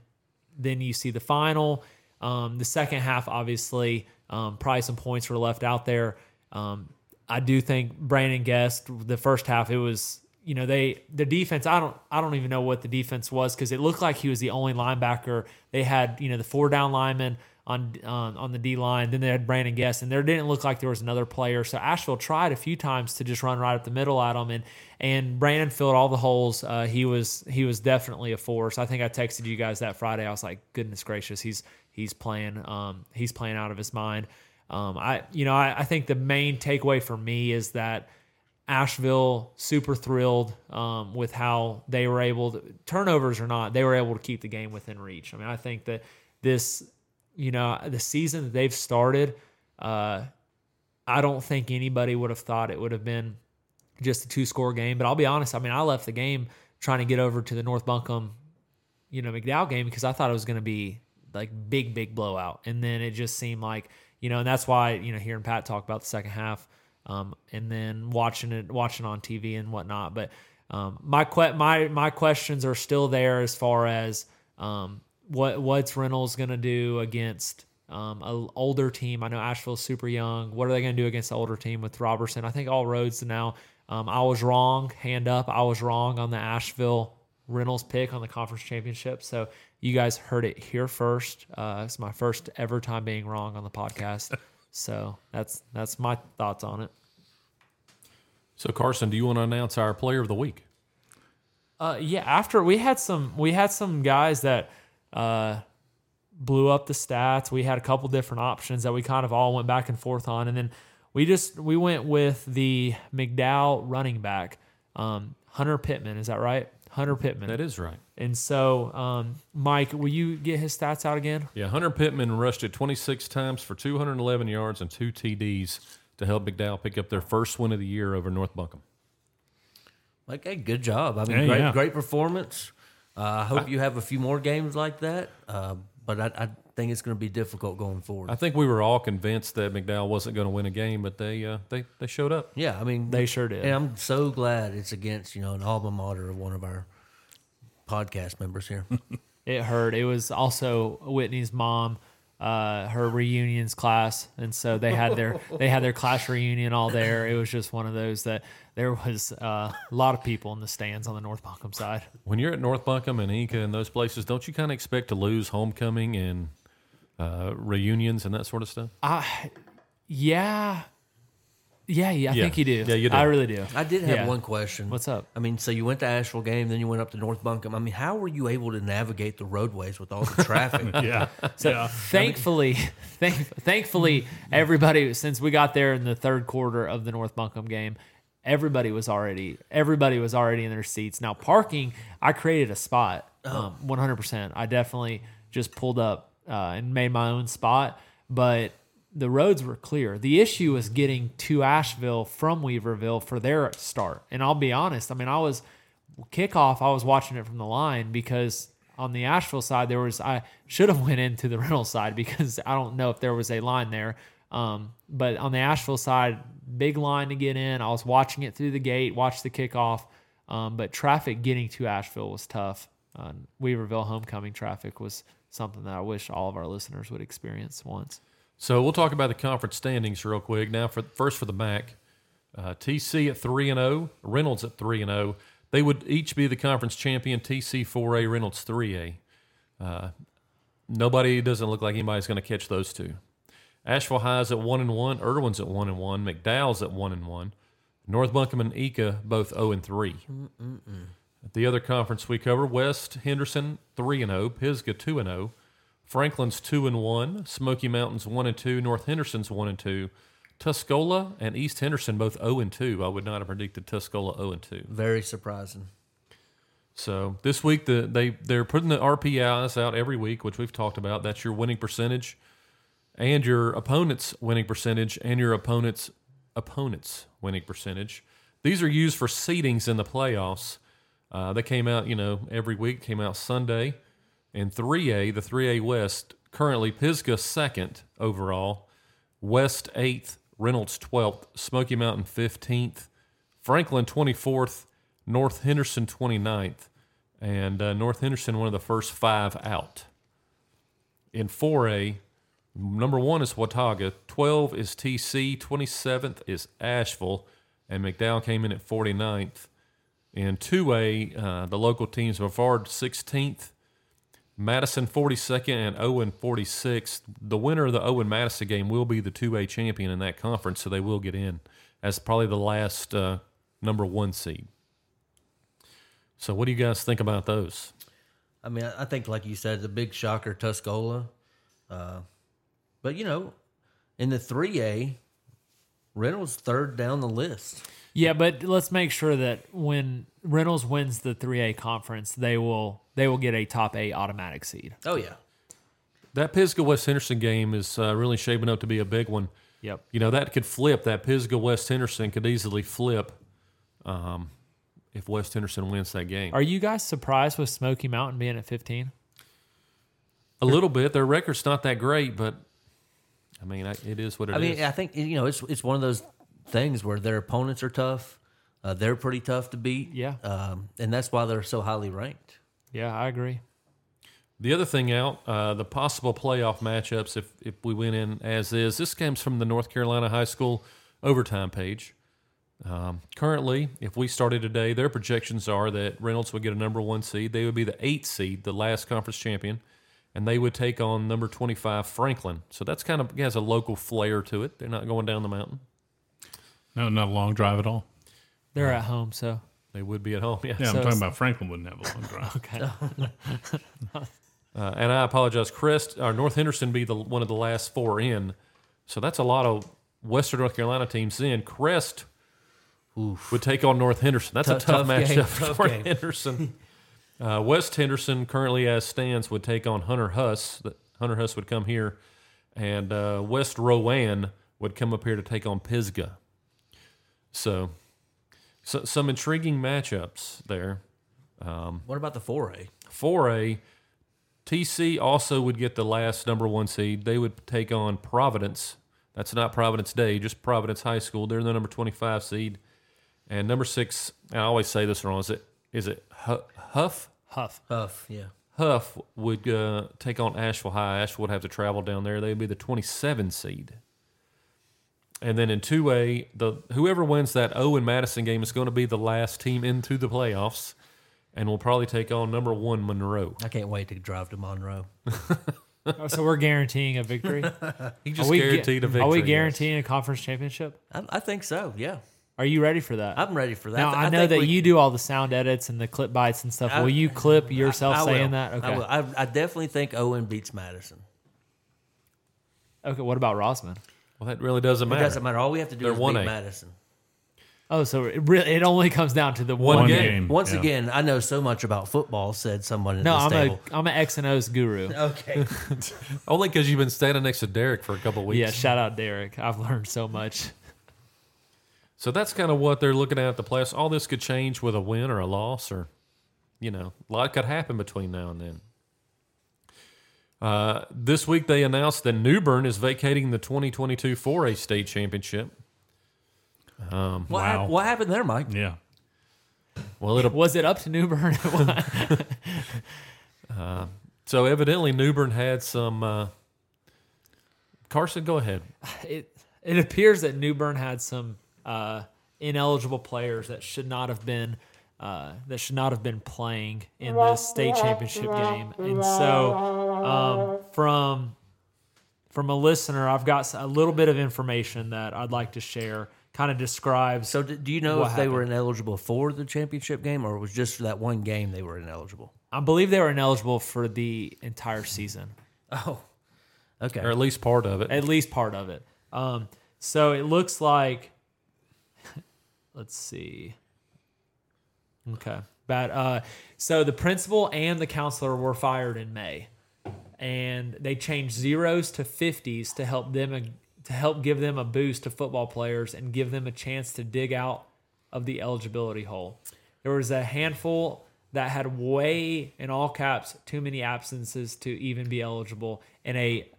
then you see the final. Um, the second half, obviously, um, probably some points were left out there. Um, I do think Brandon Guest. The first half, it was you know they the defense. I don't I don't even know what the defense was because it looked like he was the only linebacker. They had you know the four down linemen on um, on the D line. Then they had Brandon Guest, and there didn't look like there was another player. So Asheville tried a few times to just run right up the middle at him, and and Brandon filled all the holes. Uh, he was he was definitely a force. I think I texted you guys that Friday. I was like, goodness gracious, he's he's playing um, he's playing out of his mind. Um, I you know I, I think the main takeaway for me is that. Asheville super thrilled um, with how they were able to turnovers or not they were able to keep the game within reach. I mean, I think that this you know the season that they've started, uh, I don't think anybody would have thought it would have been just a two score game. But I'll be honest, I mean, I left the game trying to get over to the North Buncombe, you know, McDowell game because I thought it was going to be like big, big blowout. And then it just seemed like, you know, and that's why, you know, hearing Pat talk about the second half um, and then watching it, watching on TV and whatnot. But um, my, que- my, my questions are still there as far as um, what, what's Reynolds going to do against um, an older team. I know Asheville's super young. What are they going to do against the older team with Robertson? I think all roads now. Um, I was wrong. Hand up. I was wrong on the Asheville Reynolds pick on the conference championship. So you guys heard it here first. Uh, it's my first ever time being wrong on the podcast. so that's that's my thoughts on it. So Carson, do you want to announce our player of the week? Uh, yeah, after we had some, we had some guys that uh, blew up the stats. We had a couple different options that we kind of all went back and forth on, and then we just we went with the McDowell running back, um, Hunter Pittman. Is that right? Hunter Pittman. That is right. And so, um, Mike, will you get his stats out again? Yeah, Hunter Pittman rushed it 26 times for 211 yards and two TDs to help McDowell pick up their first win of the year over North Buncombe. Like, hey, good job. I mean, Yeah, great, yeah. great performance. Uh, I hope you have a few more games like that. Uh, but I, I think it's going to be difficult going forward. I think we were all convinced that McDowell wasn't going to win a game, but they uh, they they showed up. yeah, I mean, They sure did. And I'm so glad it's against you know an alma mater of one of our podcast members here. It hurt. It was also Whitney's mom, uh, her reunions class, and so they had their they had their class reunion all there. It was just one of those that there was uh, a lot of people in the stands on the North Buncombe side. When you're at North Buncombe and Inca and those places, don't you kind of expect to lose homecoming and uh, reunions and that sort of stuff? Yeah, yeah, yeah Yeah. I think you do. Yeah, you do. I really do. I did have Yeah. one question. What's up? I mean, so you went to Asheville game, then you went up to North Buncombe. I mean, how were you able to navigate the roadways with all the traffic? Yeah. So thankfully, thank, thankfully, everybody since we got there in the third quarter of the North Buncombe game, everybody was already everybody was already in their seats. Now parking, I created a spot, um, one hundred percent. I definitely just pulled up uh, and made my own spot, but the roads were clear. The issue was getting to Asheville from Weaverville for their start. And I'll be honest, I mean, I was kickoff, I was watching it from the line because on the Asheville side there was I should have went into the Reynolds side because I don't know if there was a line there. Um, but on the Asheville side, big line to get in. I was watching it through the gate, watched the kickoff. Um, but traffic getting to Asheville was tough. Uh, Weaverville homecoming traffic was something that I wish all of our listeners would experience once. So we'll talk about the conference standings real quick. Now, for first for the MAC, uh, TC at three and zero, Reynolds at three and zero. They would each be the conference champion. TC four A, Reynolds three A. Uh, nobody doesn't look like anybody's going to catch those two. Asheville High's at one and one, Irwin's at one and one, McDowell's at one and one, North Buncombe and Eka both zero and 3 The other conference we cover: West Henderson three and zero, Pisgah two and zero. Franklin's two and one, Smoky Mountains one and two, North Henderson's one and two, Tuscola and East Henderson both zero and two. I would not have predicted Tuscola zero and two. Very surprising. So this week the, they they're putting the RPIs out every week, which we've talked about. That's your winning percentage, and your opponent's winning percentage, and your opponent's opponent's winning percentage. These are used for seedings in the playoffs. Uh, they came out, you know, every week. Came out Sunday, and 3A, the 3A West, currently Pisgah second overall, West eighth, Reynolds twelfth, Smoky Mountain fifteenth, Franklin 24th, North Henderson 29th, and uh, North Henderson one of the first five out. In 4A, number one is Watauga, 12 is TC, 27th is Asheville, and McDowell came in at 49th. In 2A, uh, the local teams Brevard 16th, Madison 42nd, and Owen 46th. The winner of the Owen Madison game will be the 2A champion in that conference, so they will get in as probably the last uh, number one seed. So, what do you guys think about those? I mean, I I think, like you said, the big shocker, Tuscola. Uh, but, you know, in the 3A, Reynolds third down the list. Yeah, but let's make sure that when Reynolds wins the 3A conference, they will they will get a top 8 automatic seed. Oh, yeah. That Pisgah West Henderson game is uh, really shaping up to be a big one. Yep. You know, that could flip. That Pisgah West Henderson could easily flip um, if West Henderson wins that game. Are you guys surprised with Smoky Mountain being at 15? A little bit. Their record's not that great, but I mean, I, it is what it is. I mean, I think you know it's it's one of those things where their opponents are tough. Uh, they're pretty tough to beat. Yeah. um, and that's why they're so highly ranked. Yeah, I agree. The other thing out, uh, the possible playoff matchups if if we went in as is. This comes from the North Carolina High School overtime page. Um, currently, if we started today, their projections are that Reynolds would get a number one seed. They would be the eight seed, the last conference champion, and they would take on number twenty five Franklin. So that's kind of has a local flair to it. They're not going down the mountain. No, not a long drive at all. They're at home, so They would be at home. Yeah. Yeah, So I'm talking it's- about Franklin wouldn't have a long drive. Uh, and I apologize, Crest or North Henderson be the one of the last four in. So that's a lot of Western North Carolina teams in. Crest would take on North Henderson. That's a tough, Tough- tough matchup game, for tough North game. Henderson. Uh, West Henderson currently as stands would take on Hunter Huss. That Hunter Huss would come here, and uh, West Rowan would come up here to take on Pisgah. So, so some intriguing matchups there. What about the foray? Four A, TC also would get the last number one seed. They would take on Providence. That's not Providence Day, just Providence High School. They're the number twenty five seed, and number six. And I always say this wrong. Is it is it Hu- Huff? Huff. Huff, yeah. Huff would uh, take on Asheville High. Asheville would have to travel down there. They would be the twenty seven seed. And then in two A, the whoever wins that O and Madison game is going to be the last team into the playoffs, and will probably take on number one Monroe. I can't wait to drive to Monroe. Oh, so we're guaranteeing a victory. Are He just we gu- guaranteed a victory. Are we yes. guaranteeing a conference championship? I, I think so, yeah. Are you ready for that? I'm ready for that. now th- I, know think that we- you do all the sound edits and the clip bites and stuff. I- will you clip yourself I will. saying that? Okay. I, will. I, I definitely think Owen beats Madison. Okay. What about Rosman? Well, that really doesn't matter. It doesn't matter. All we have to do They're is 1A. beat Madison. Oh, so it really it only comes down to the one. One One game. game. Once Mm, yeah. again, I know so much about football, said someone at No, this I'm table. a I'm an X and O's guru. okay. Only because you've been standing next to Derek for a couple weeks. Yeah, shout out Derek. I've learned so much. So that's kind of what they're looking at at the playoffs. All this could change with a win or a loss, or you know, a lot could happen between now and then. Uh, this week they announced that Newbern is vacating the 2022 4A state championship. What, Wow. hap- what happened there, Mike? Yeah. Well, it'll Was it up to Newbern? so evidently Newbern had some. Uh, Carson, go ahead. it it appears that Newbern had some uh, ineligible players that should not have been uh, that should not have been playing in the state championship game, and so um, from from a listener, I've got a little bit of information that I'd like to share. Kind of describes So, do, do you know What if they were ineligible for the championship game, or it was just for that one game they were ineligible? I believe they were ineligible for the entire season, Oh, okay. Or at least part of it. at least part of it. Um, so it looks like, let's see. Okay, but uh, so the principal and the counselor were fired in May, and they changed zeros to fifties to help them to help give them a boost to football players and give them a chance to dig out of the eligibility hole. There was a handful that had way in all caps too many absences to even be eligible, and a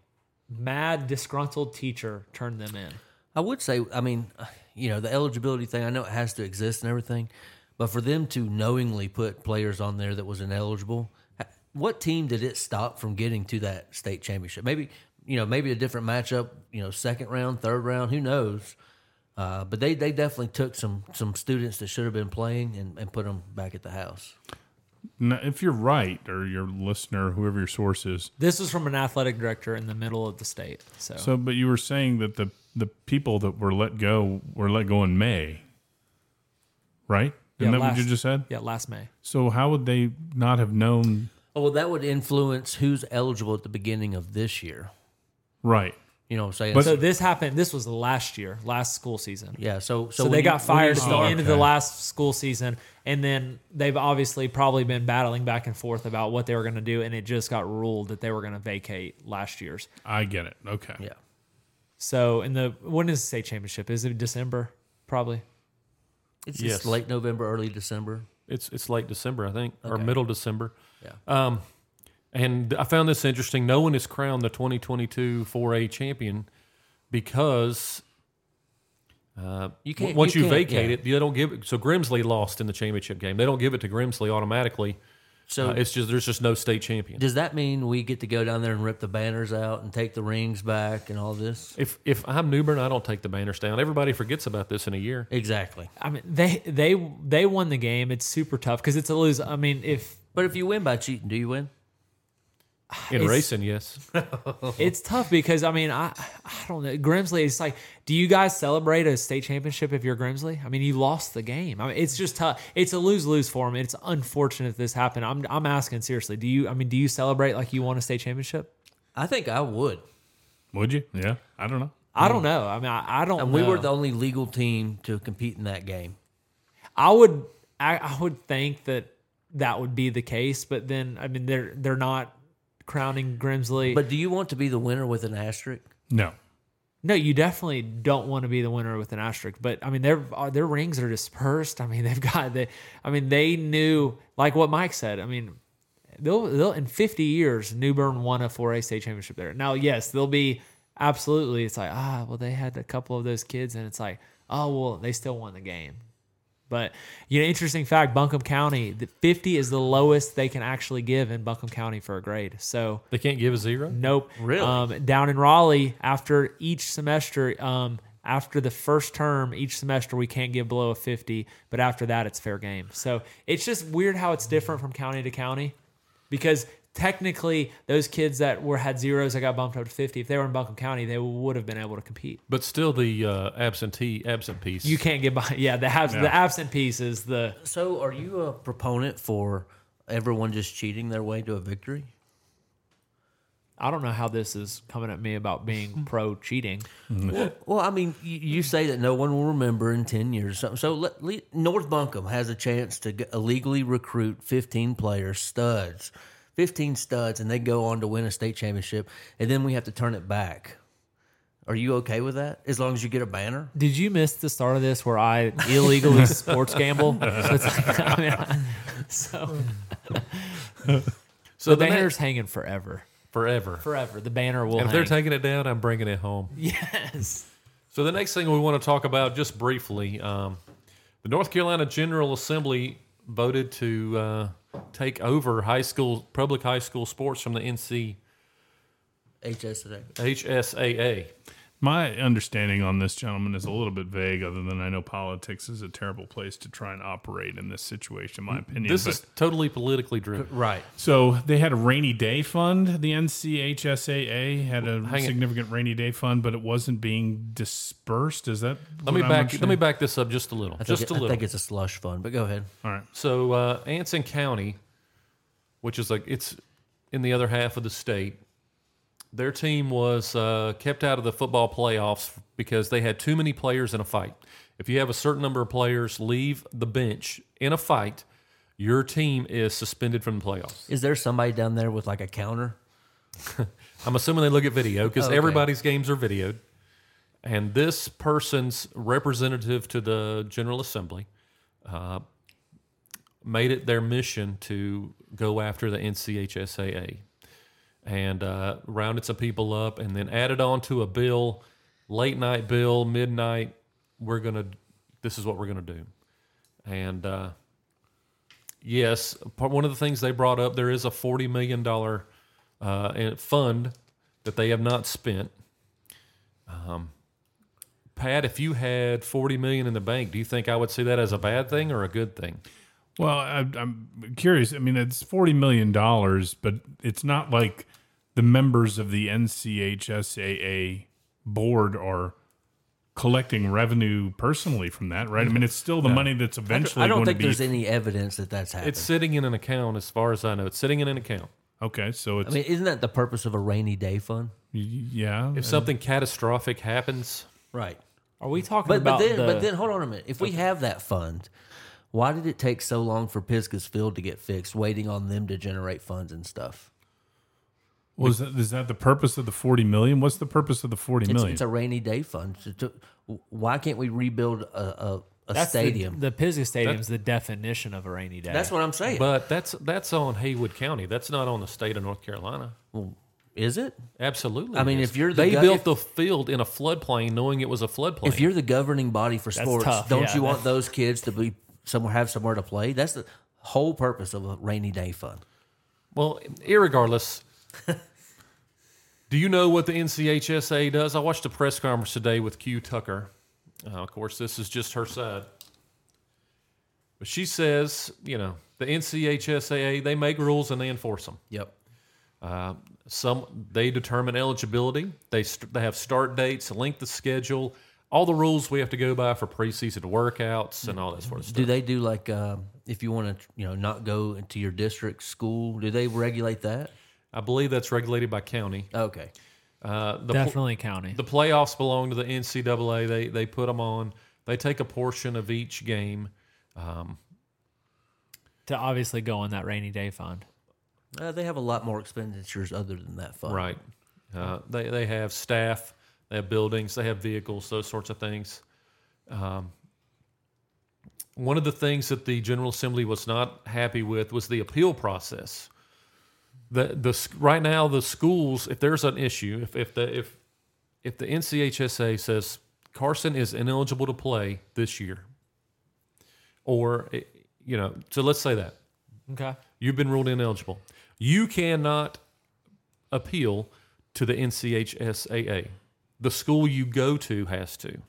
mad disgruntled teacher turned them in. I would say, I mean, uh, you know, the eligibility thing, I know it has to exist and everything, but for them to knowingly put players on there that was ineligible, h- what team did it stop from getting to that state championship? Maybe, you know, maybe a different matchup, you know, second round, third round, who knows? Uh, but they, they definitely took some some students that should have been playing and, and put them back at the house. Now, if you're right, or your listener, whoever your source is, This is from an athletic director in the middle of the state. So, so but you were saying that the the people that were let go were let go in May, right? Isn't that what you just said? Yeah, last May. So how would they not have known? Oh, well, that would influence who's eligible at the beginning of this year. Right. You know what I'm saying? But- So this happened. This was last year, last school season. yeah, so So, so, when they you- got when you fired at the start- end of the Okay. last school season, and then they've obviously probably been battling back and forth about what they were going to do, and it just got ruled that they were going to vacate last year's. I get it. Okay. Yeah. So in the when is the state championship? Is it December? Probably. It's Yes. just late November, early December. It's it's late December, I think, or middle December. Yeah. Um, and I found this interesting. No one is crowned the 2022 4A champion because uh, You can't- once you, you can't, vacate yeah. it, they don't give. it. So Grimsley lost in the championship game. They don't give it to Grimsley automatically. So Uh, it's just there's just no state champion. does that mean we get to go down there and rip the banners out and take the rings back and all this? If if I'm Newbern, I don't take the banners down. Everybody forgets about this in a year. Exactly. I mean, they they they won the game. It's super tough because it's a lose. I mean, if But if you win by cheating, do you win? In It's- racing, yes. it's tough because I mean, I I don't know. Grimsley, it's like, do you guys celebrate a state championship if you're Grimsley? I mean, you lost the game. I mean, it's just tough. It's a lose lose for him. It's unfortunate this happened. I'm I'm asking seriously. Do you? I mean, do you celebrate like you won a state championship? I think I would. Would you? Yeah. I don't know. I don't know. I mean, I, I don't. Mm. And we know. were the only legal team to compete in that game. I would I, I would think that that would be the case, but then I mean they're they're not crowning Grimsley. But do you want to be the winner with an asterisk? No. no, you definitely don't want to be the winner with an asterisk. But I mean their uh, their rings are dispersed. I mean they've got the I mean they knew like what Mike said. I mean they'll they'll in 50 years Newbern won a 4A state championship there. Now yes, they'll be absolutely it's like ah well they had a couple of those kids and it's like oh well they still won the game. But you know, interesting fact: Buncombe County, the 50 is the lowest they can actually give in Buncombe County for a grade. So They can't give a zero. nope. Really? Um, down in Raleigh, after each semester, um, after the first term, each semester we can't give below a 50, but after that it's fair game. So it's just weird how it's different from county to county, because technically those kids that were had zeros that got bumped up to 50, if they were in Buncombe County, they would have been able to compete. But still, the uh, absentee absent piece. You can't get by. Yeah, the abs- the Yeah. absent piece is the So, are you a proponent for everyone just cheating their way to a victory? I don't know how this is coming at me about being pro cheating. Well, I mean, you, you say that no one will remember in 10 years or something. So, let, le North Buncombe has a chance to g- illegally recruit 15 players, studs, 15 studs, and they go on to win a state championship, and then we have to turn it back. Are you okay with that? As long as you get a banner? Did you miss the start of this where I illegally sports gamble? So, it's like, I mean, I- so so the the banner's next- hanging forever, forever. forever. The banner will. And if they're hang. taking it down, I'm bringing it home. yes, So the next thing we want to talk about, just briefly, um, the North Carolina General Assembly voted to uh, take over high school public high school sports from the NC HS today. HSAA. My understanding on this gentleman is a little bit vague, other than I know politics is a terrible place to try and operate in this situation, in my opinion. This but- is totally politically driven. Right. So they had a rainy day fund. The NCHSAA had a on. significant rainy day fund, but it wasn't being dispersed. Is that? Let me back. Let me back this up just a little. I think, Just it- a little. I think it's a slush fund, but go ahead. All right. So uh, Anson County, which is like it's in the other half of the state, their team was uh, kept out of the football playoffs because they had too many players in a fight. If you have a certain number of players leave the bench in a fight, your team is suspended from the playoffs. Is there somebody down there with like a counter? I'm assuming they look at video because Okay. everybody's games are videoed. And this person's representative to the General Assembly uh, made it their mission to go after the NCHSAA and uh, rounded some people up and then added on to a bill, late night bill, midnight. We're going to, this is what we're going to do. And uh, yes, part, one of the things they brought up, there is a $40 million uh, and fund that they have not spent. Um, Pat, if you had forty million in the bank, do you think I would see that as a bad thing or a good thing? Well, I, I'm curious. I mean, it's forty million dollars, but it's not like the members of the NCHSAA board are collecting revenue personally from that, right? I mean, it's still the money that's eventually I don't going think to be. there's any evidence that that's happened. It's sitting in an account, as far as I know. It's sitting in an account. okay, so it's I mean, isn't that the purpose of a rainy day fund? yeah. If something catastrophic happens, Right. are we talking But about but then the? but then hold on a minute. If we have that fund, why did it take so long for Pisgah's Field to get fixed, waiting on them to generate funds and stuff? was that, is that the purpose of the forty million? What's the purpose of the forty It's, million? it's a rainy day fund. So to- why can't we rebuild a, a, a that's the- stadium? The, Pisgah Stadium is the definition of a rainy day. That's what I'm saying. but that's that's on Haywood County. That's not on the state of North Carolina. Is it? Absolutely. I mean, it is. if you're the they guy- built the field in a floodplain, knowing it was a floodplain. If you're the governing body for sports, tough, don't yeah, you want that's- those kids to be somewhere have somewhere to play? That's the whole purpose of a rainy day fund. Well, irregardless, do you know what the NCHSA does? I watched a press conference today with Q Tucker. Uh, of course, this is just her side. But she says, you know, the NCHSAA, they make rules and they enforce them. Yep. Some they determine eligibility. They st- they have start dates, length the schedule, all the rules we have to go by for preseason workouts and all that sort of stuff. Do they do like um, if you want to, you know, not go into your district school? Do they regulate that? I believe that's regulated by county. Okay. Uh, the pl- Definitely county. The playoffs belong to the NCAA. They they put them on. They take a portion of each game. to obviously go in that rainy day fund. Uh, they have a lot more expenditures other than that fund. Right. Uh, they they have staff. They have buildings. They have vehicles. Those sorts of things. Um, one of the things that the General Assembly was not happy with was the appeal process. The the s- right now the schools if there's an issue if if the if if the NCHSA says Carson is ineligible to play this year, or eh, you know, so let's say that Okay. You've been ruled ineligible. You cannot appeal to the NCHSAA. The school you go to has to.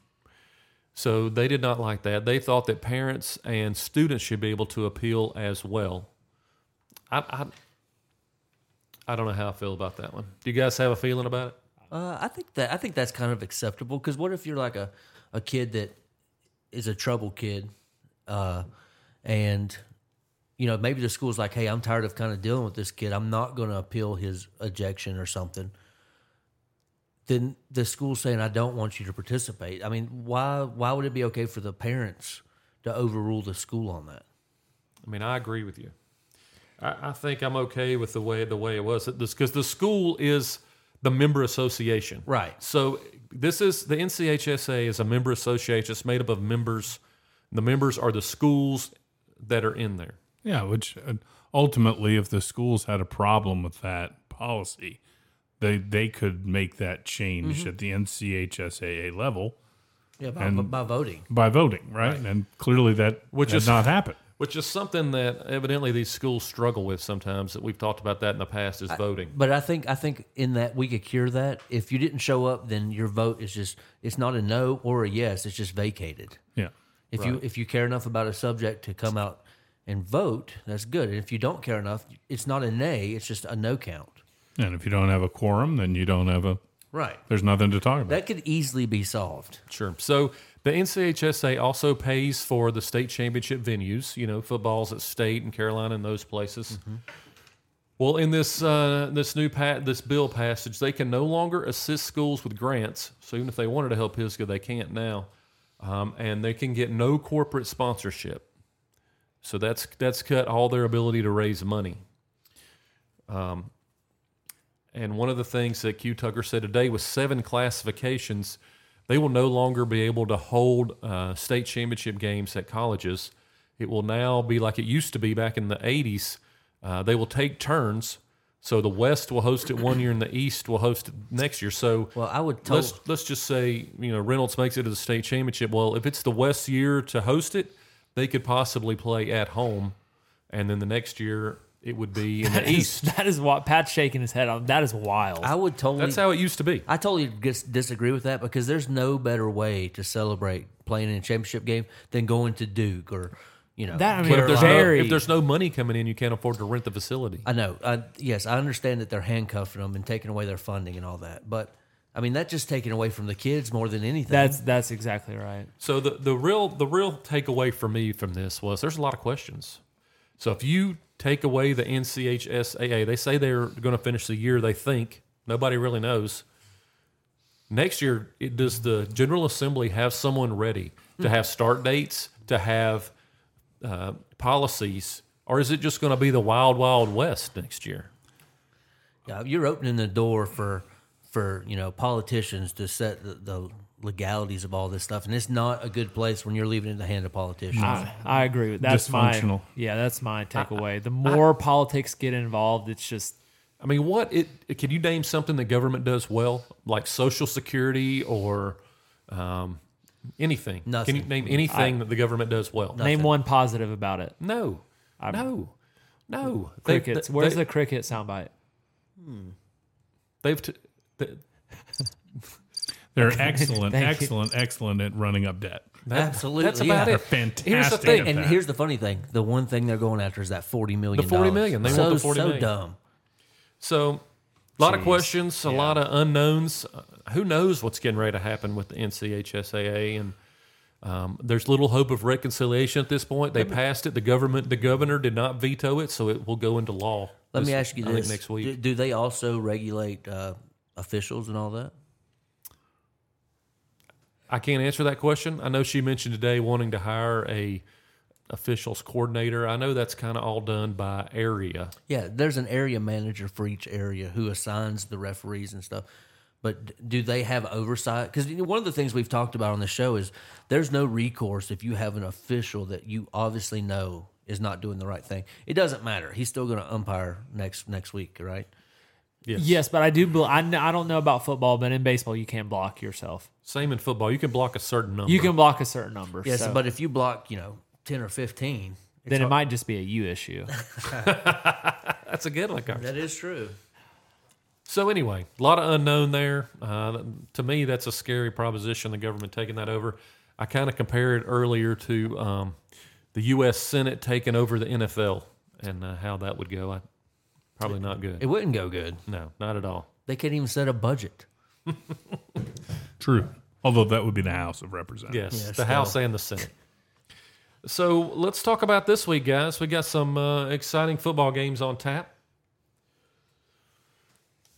So they did not like that. They thought that parents and students should be able to appeal as well. I, I, I don't know how I feel about that one. Do you guys have a feeling about it? Uh, I think that I think that's kind of acceptable because what if you're like a, a kid that is a trouble kid, uh, and you know maybe the school's like, hey, I'm tired of kind of dealing with this kid. I'm not going to appeal his ejection or something. Then the school's saying, I don't want you to participate. I mean, why why would it be okay for the parents to overrule the school on that? I mean, I agree with you. I, I think I'm okay with the way the way it was It- this because the school is the member association, Right. So this is the NCHSA is a member association. It's made up of members. The members are the schools that are in there. Yeah, which uh, ultimately, if the schools had a problem with that policy, they they could make that change Mm-hmm. at the NCHSAA level Yeah, by, And- by voting. by voting, right? And clearly that Which which is- has not happened. Which is something that evidently these schools struggle with sometimes. That we've talked about that in the past is voting. But I think I think in that we could cure that. If you didn't show up, then your vote is just it's not a no or a yes. It's just vacated. Yeah, If you if you care enough about a subject to come out and vote, that's good. And if you don't care enough, it's not a nay. It's just a no count. and if you don't have a quorum, then you don't have a. Right. There's nothing to talk about. That could easily be solved. Sure. So the NCHSA also pays for the state championship venues. You know, footballs at state and Carolina and those places. Well, in this uh, this new pat this bill passage, they can no longer assist schools with grants. So even if they wanted to help Hisco, they can't now, um, and they can get no corporate sponsorship. So that's that's cut all their ability to raise money. Um, and one of the things that Q Tucker said today was seven classifications. They will no longer be able to hold uh, state championship games at colleges. It will now be like it used to be back in the 80s. Uh, they will take turns. So the West will host it one year and the East will host it next year. So Well, I would tell let's let's just say you know Reynolds makes it to the state championship. Well, if it's the West year to host it, they could possibly play at home, and then the next year it would be in the East. That is what Pat's shaking his head on. That is wild. I would totally That's how it used to be. I totally dis- disagree with that because there's no better way to celebrate playing in a championship game than going to Duke or you know That, I mean, But if there's, no, Very- if there's no money coming in, you can't afford to rent the facility. I know. I, yes, I understand that they're handcuffing them and taking away their funding and all that. But I mean, that's just taken away from the kids more than anything. that's that's exactly right. So the, the real the real takeaway for me from this was there's a lot of questions. So if you take away the NCHSAA, they say they're going to finish the year. They think nobody really knows. Next year, it, does the General Assembly have someone ready to have start dates, to have uh, policies, or is it just going to be the wild wild west next year? Yeah, Uh, you're opening the door for for you know politicians to set the, the legalities of all this stuff, and it's not a good place when you're leaving it in the hand of politicians. I, I agree with that's my Dysfunctional. yeah that's my takeaway. The more politics get involved, it's just I mean, what it can you name something the government does well, like Social Security or um, anything? Can Nothing. you name anything that the government does well? name one positive about it. No, I- No, no. They- Crickets. they- Where's they- the cricket soundbite? They've. T- they- They're excellent, Thank you. excellent, excellent at running up debt. Absolutely. that's yeah. about They're it. fantastic. Here's the at thing. And that. here's the funny thing: the one thing they're going after is that forty million. The 40 million. They so, want the 40 so million. dumb. So, a lot of questions, a lot of unknowns. Uh, Who knows what's getting ready to happen with the NCHSAA? And um, there's little hope of reconciliation at this point. They passed it. The government, the governor, did not veto it, so it will go into law. Let this- me ask you I this: think next week. Do, do they also regulate uh, officials and all that? I can't answer that question. I know she mentioned today wanting to hire a officials coordinator. I know that's kind of all done by area. Yeah, there's an area manager for each area who assigns the referees and stuff. But d- do they have oversight? Because one of the things we've talked about on the show is there's no recourse if you have an official that you obviously know is not doing the right thing. It doesn't matter. He's still going to umpire next next week, right? Yes. Yes, but I do. bel- I, kn- I don't know about football, but in baseball, you can block yourself. Same in football. You can block a certain number. You can block a certain number. Yes, so but if you block, you know, ten or fifteen, it's then it hard- might just be a you issue. That's a good one, Carson. that is true. So anyway, a lot of unknown there. Uh, to me, that's a scary proposition. The government taking that over. I kind of compared it earlier to um, the U.S. Senate taking over the NFL and uh, how that would go. I, probably not good. It wouldn't go good. no, not at all. They can't even set a budget. True. Although that would be the House of Representatives. Yes, Yeah, the still. House and the Senate. So let's talk about this week, guys. We got some uh, exciting football games on tap.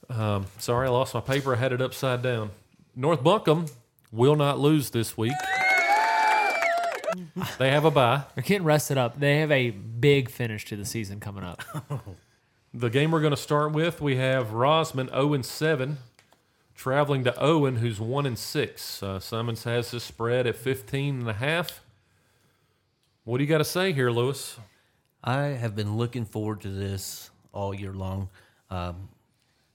Um, sorry, I lost my paper. I had it upside down. North Buncombe will not lose this week. They have a bye. They're getting rested up. They have a big finish to the season coming up. The game we're going to start with, we have Rosman 0 and 7, traveling to Owen, who's 1 and 6. Uh, Summons has this spread at 15 and a half. What do you got to say here, Lewis? I have been looking forward to this all year long. Um,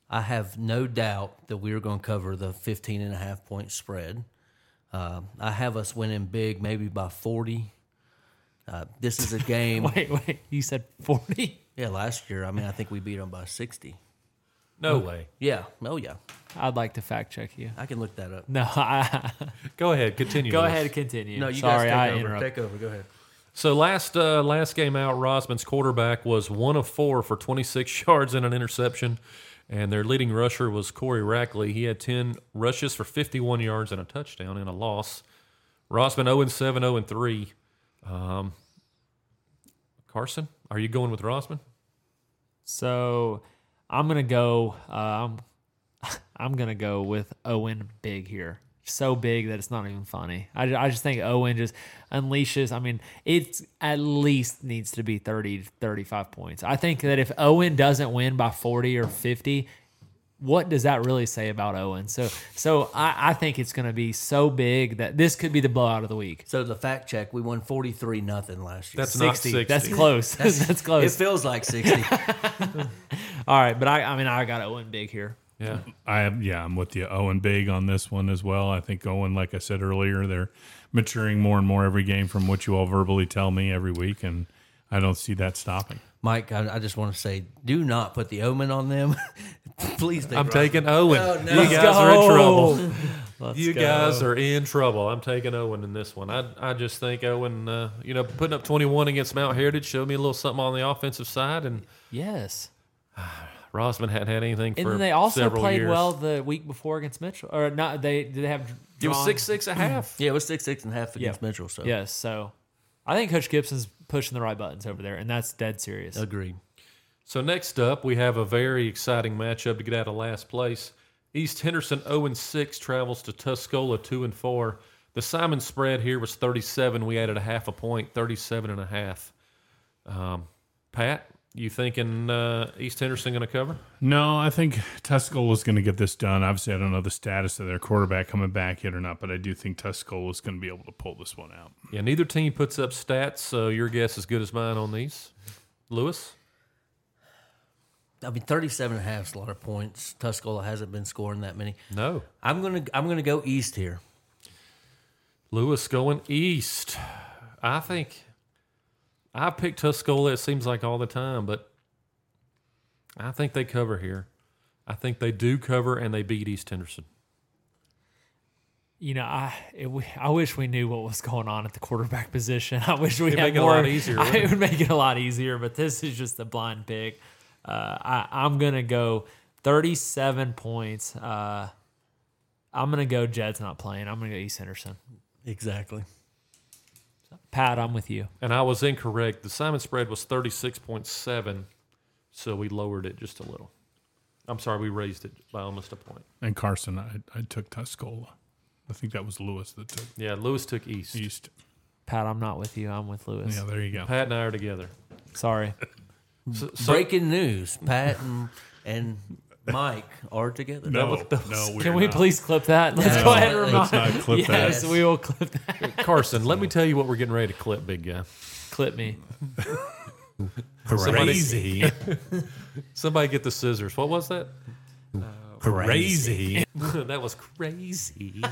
I have no doubt that we are going to cover the 15 and a half point spread. Um I have us winning big, maybe by 40. Uh, this is a game. Wait, wait. You said forty. yeah, last year, I mean, I think we beat them by 60. No way. Yeah. Oh, yeah. I'd like to fact check you. I can look that up. No, I, Go ahead, continue. go Lewis. ahead. Continue. No, you Sorry, I guys take over. interrupted. Take over. Go ahead. So last uh, last game out, Rosman's quarterback was one of four for 26 yards and an interception, and their leading rusher was Corey Rackley. He had 10 rushes for 51 yards and a touchdown and a loss. Rosman 0 and 7, 0 and 3. Um, Carson, are you going with Rosman? So I'm gonna go. Um, I'm gonna go with Owen big here. So big that it's not even funny. I, ju- I just think Owen just unleashes. I mean, it's at least needs to be 30 35 points. I think that if Owen doesn't win by 40 or 50, what does that really say about Owen? So so I, I think it's going to be so big that this could be the blowout of the week. So, the fact check we won 43 nothing last year. That's not 60. That's close. That's, it close. feels like 60. All right, but I I mean I got Owen big here. Yeah. I have, yeah, I'm with you. Owen Big on this one as well. I think Owen, like I said earlier, they're maturing more and more every game from what you all verbally tell me every week, and I don't see that stopping. Mike, I, I just want to say, do not put the omen on them. Please, they I'm brought- taking Owen. Oh, no. You Let's guys are in go. trouble. Let's you go. guys are in trouble. I'm taking Owen in this one. I I just think Owen, uh, you know, putting up 21 against Mount Heritage showed me a little something on the offensive side, and Yes. Rosman hadn't had anything And for then they also several played years. well the week before against Mitchell. Or not they did they have drawn, It was six six a half. Yeah, it was six six and a half against Yeah. Mitchell. So Yes, so I think Coach Gibson's pushing the right buttons over there, and that's dead serious. agreed. So next up, we have a very exciting matchup to get out of last place. East Henderson 0 and 6 travels to Tuscola 2 and 4. The Simon spread here was 37. We added a half a point, 37 and a half. Um, Pat, you thinking uh, East Henderson going to cover? No, I think Tuscola's going to get this done. Obviously, I don't know the status of their quarterback coming back yet or not, but I do think Tuscola's going to be able to pull this one out. Yeah, neither team puts up stats, so your guess is as good as mine on these. Lewis? I mean, 37 and a half is a lot of points. Tuscola hasn't been scoring that many. No. I'm gonna I'm gonna go east here. Lewis going east. I think I pick Tuscola, it seems like all the time, but I think they cover here. I think they do cover and they beat East Henderson. You know, I it, w- I wish we knew what was going on at the quarterback position. I wish we It'd had make it a more. lot easier, I, wouldn't it would make it a lot easier, but this is just a blind pick. Uh, I, I'm gonna go 37 points. Uh, I'm gonna go. Jed's not playing. I'm gonna go East Henderson. Exactly. Pat, I'm with you. And I was incorrect. The Simon spread was 36.7, so we lowered it just a little. I'm sorry, we raised it by almost a point. And Carson, I, I took Tuscola. I think that was Lewis that took Yeah, Lewis took East. East. Pat, I'm not with you. I'm with Lewis. Yeah, there you go. Pat and I are together. Sorry. So, so- Breaking news: Pat and, and Mike are together. No, no, we're Can we not. please clip that? Let's No, go ahead and let's remind. not clip yes, that. we will clip that. Carson, let me tell you what we're getting ready to clip, big guy. clip me. Crazy. Somebody get the scissors. What was that? Crazy. that was crazy.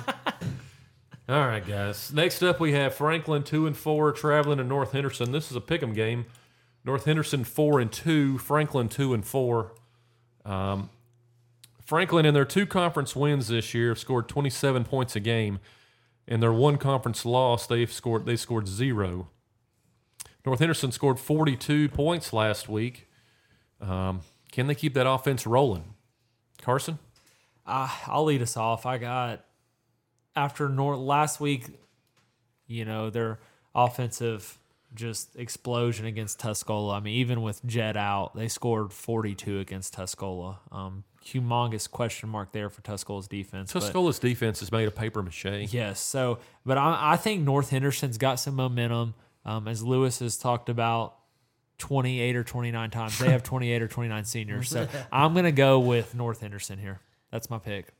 All right, guys. Next up, we have Franklin two and four traveling to North Henderson. This is a pick'em game. North Henderson four and two, Franklin two and four. Um, Franklin in their two conference wins this year have scored twenty seven points a game. In their one conference loss, they've scored they scored zero. North Henderson scored forty two points last week. Um, can they keep that offense rolling, Carson? Uh, I'll lead us off. I got after North last week. You know their offensive just explosion against Tuscola. I mean, even with Jed out, they scored 42 against Tuscola. Um, humongous question mark there for Tuscola's defense. but- Tuscola's defense is made of paper mache. Yes. So, but I, I think North Henderson's got some momentum. Um, as Lewis has talked about 28 or 29 times, they have 28 or 29 seniors. So I'm going to go with North Henderson here. That's my pick.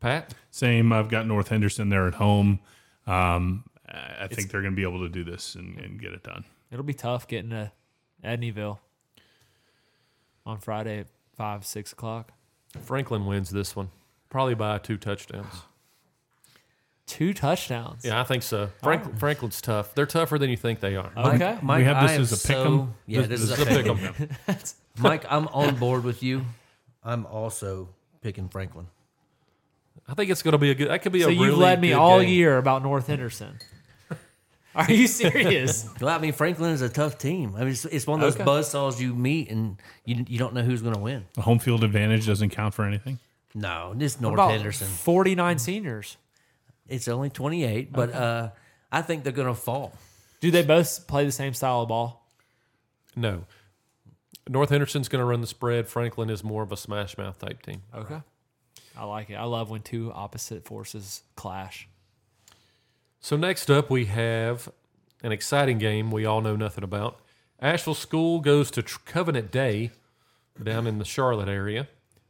Pat, Same. I've got North Henderson there at home. Um, I I think they're going to be able to do this and, and get it done. It'll be tough getting to Edneyville on Friday at 5, 6 o'clock. Franklin wins this one, probably by two touchdowns. Two touchdowns. Yeah, I Uh, think so. Frank, Franklin's tough. They're tougher than you think they are. Mike- Okay. Mike, We have this I am as a pick 'em. so- Yeah, this, is, a pick 'em. Mike, I'm on board with you. I'm also picking Franklin. I think it's going to be a good. That could be So a you've really led me good all game. year about North Henderson. Are you serious? Well, I mean, Franklin is a tough team. I mean, it's, it's one of those Okay. buzzsaws you meet and you you don't know who's going to win. The home field advantage doesn't count for anything. No, this North about Henderson. 49 seniors. It's only 28, but uh, I think they're going to fall. Do they both play the same style of ball? No, North Henderson's going to run the spread. Franklin is more of a smash mouth type team. Okay. I like it. I love when two opposite forces clash. So next up, we have an exciting game we all know nothing about. Asheville School goes to Tr- Covenant Day down in the Charlotte area.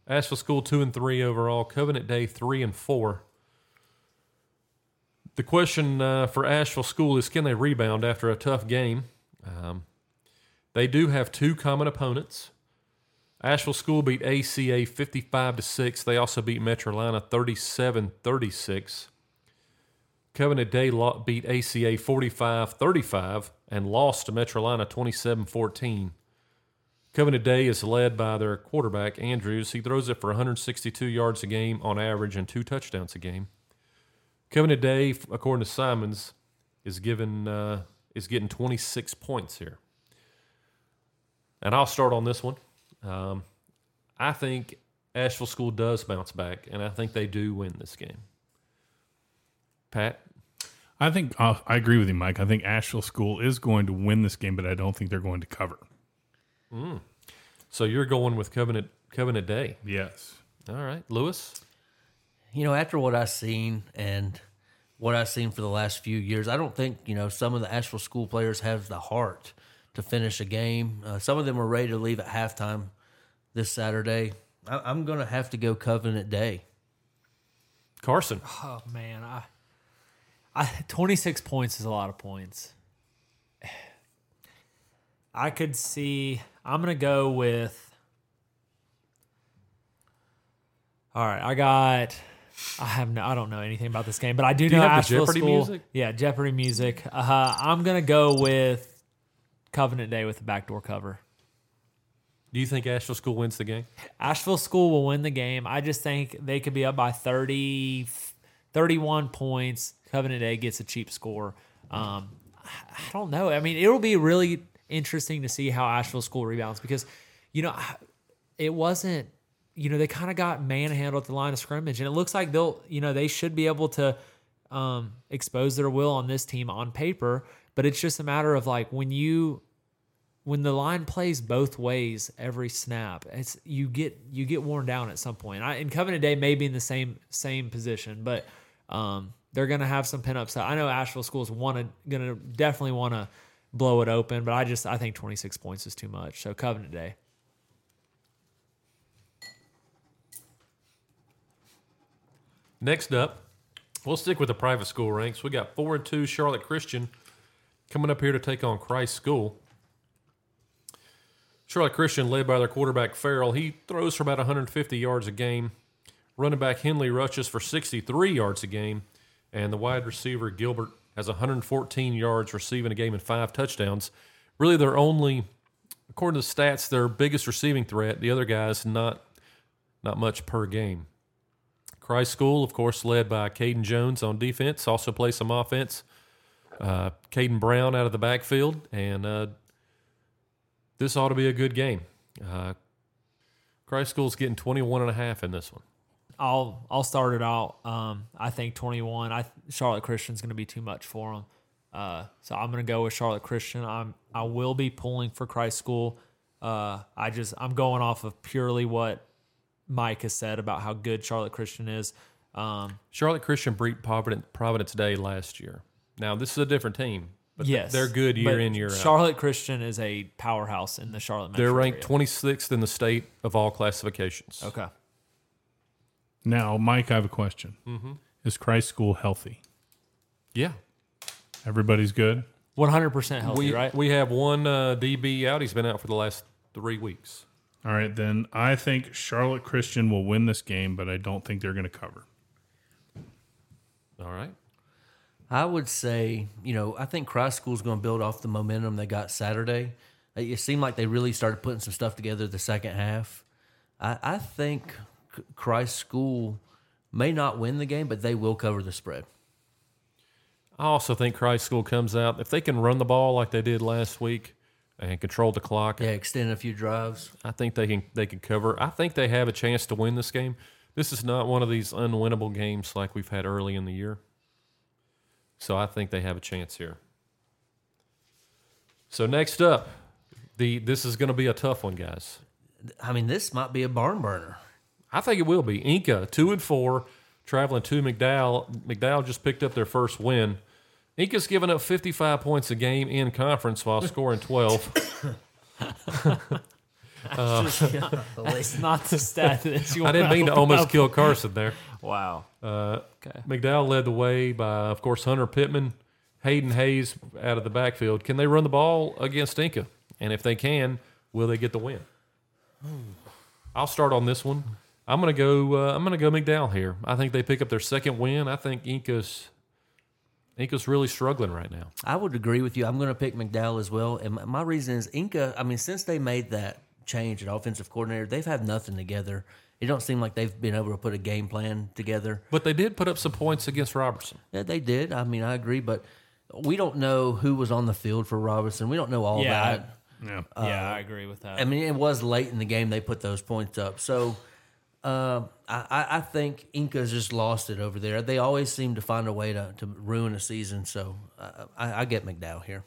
Asheville School two and three overall. Covenant Day three and four. The question uh, for Asheville School is: Can they rebound after a tough game? Um, they do have two common opponents. Asheville School beat ACA 55 to 6. They also beat Metrolina 37 36. Covenant Day lo- beat ACA 45 35 and lost to Metrolina 27 14. Covenant Day is led by their quarterback, Andrews. He throws it for 162 yards a game on average and two touchdowns a game. Covenant Day, f- according to Simons, is given uh, is getting 26 points here. And I'll start on this one. Um, I think Asheville School does bounce back, and I think they do win this game. Pat, I think uh, I agree with you, Mike. I think Asheville School is going to win this game, but I don't think they're going to cover. So you're going with Covenant Covenant Day. Yes. All right, Lewis. You know, after what I've seen and what I've seen for the last few years, I don't think, you know, some of the Asheville school players have the heart to finish a game. Uh, some of them are ready to leave at halftime this Saturday. I, I'm going to have to go Covenant Day. Carson. Oh man, I, I twenty six points is a lot of points. I could see. I'm gonna go with. All right, I got. I have no. I don't know anything about this game, but I do, Do you know have the Asheville Jeopardy School. music? Yeah, Jeopardy music. Uh, I'm gonna go with Covenant Day with the backdoor cover. Do you think Asheville School wins the game? Asheville School will win the game. I just think they could be up by 30, 31 points. Covenant Day gets a cheap score. Um, I I don't know. I mean, it'll be really interesting to see how Asheville School rebounds because, you know, I- it wasn't, you know, they kind of got manhandled at the line of scrimmage. And it looks like they'll, you know, they should be able to um, expose their will on this team on paper. But it's just a matter of like when you when the line plays both ways every snap, it's you get you get worn down at some point. I, and Covenant Day may be in the same same position, but um, they're gonna have some pinups. I know Asheville schools want to gonna definitely want to blow it open, but I just I think 26 points is too much. So Covenant Day, Next up, we'll stick with the private school ranks. We got four and two Charlotte Christian coming up here to take on Christ School. Charlotte Christian, led by their quarterback Farrell, he throws for about 150 yards a game. Running back Henley rushes for 63 yards a game, and the wide receiver Gilbert has 114 yards receiving a game and five touchdowns. Really, their only, according to the stats, their biggest receiving threat. The other guys not not much per game. Christ School, of course, led by Caden Jones on defense, also plays some offense. Uh, Caden Brown out of the backfield, and uh, this ought to be a good game. Uh, Christ School's getting 21 and a half in this one. I'll I'll start it out. Um, I think 21. I Charlotte Christian's going to be too much for them. Uh, so I'm going to go with Charlotte Christian. I'm I will be pulling for Christ School. Uh, I just I'm going off of purely what Mike has said about how good Charlotte Christian is. Um, Charlotte Christian beat Providence, Providence Day last year. Now, this is a different team, but th- yes, they're good year but in, year out. Charlotte Christian is a powerhouse in the Charlotte. They're metro ranked area. 26th in the state of all classifications. Okay. Now, Mike, I have a question. Is Christ School healthy? Yeah. Everybody's good. 100% healthy, We, right? we have one uh, DB out. He's been out for the last three weeks. All right, then I think Charlotte Christian will win this game, but I don't think they're going to cover. All right. I would say, you know, I think Christ School's going to build off the momentum they got Saturday. It it seemed like they really started putting some stuff together the second half. I, I think C- Christ School may not win the game, but they will cover the spread. I also think Christ School comes out if they can run the ball like they did last week and control the clock. Yeah, extend a few drives. I think they can they can cover. I think they have a chance to win this game. This is not one of these unwinnable games like we've had early in the year. So I think they have a chance here. So next up, the this is going to be a tough one, guys. I mean, this might be a barn burner. I think it will be Inca two and four, traveling to McDowell. McDowell just picked up their first win. Inca's given up 55 points a game in conference while scoring 12. It's not the stat that you I want. didn't mean to almost kill Carson there. Wow. McDowell led the way by, of course, Hunter Pittman, Hayden Hayes out of the backfield. Can they run the ball against Inca? And if they can, will they get the win? I'll start on this one. I'm gonna go. Uh, I'm gonna go McDowell here. I think they pick up their second win. I think Inca's Inca's really struggling right now. I would agree with you. I'm going to pick McDowell as well. And my, my reason is Inca, I mean, since they made that change at offensive coordinator, they've had nothing together. It don't seem like they've been able to put a game plan together. But they did put up some points against Robertson. Yeah, they did. I mean, I agree, but we don't know who was on the field for Robinson. We don't know all Yeah, I- that. Yeah. yeah, I agree with that. I mean, it was late in the game they put those points up. So um, I, I I think Inca's just lost it over there. They always seem to find a way to, to ruin a season. So I, I, I get McDowell here.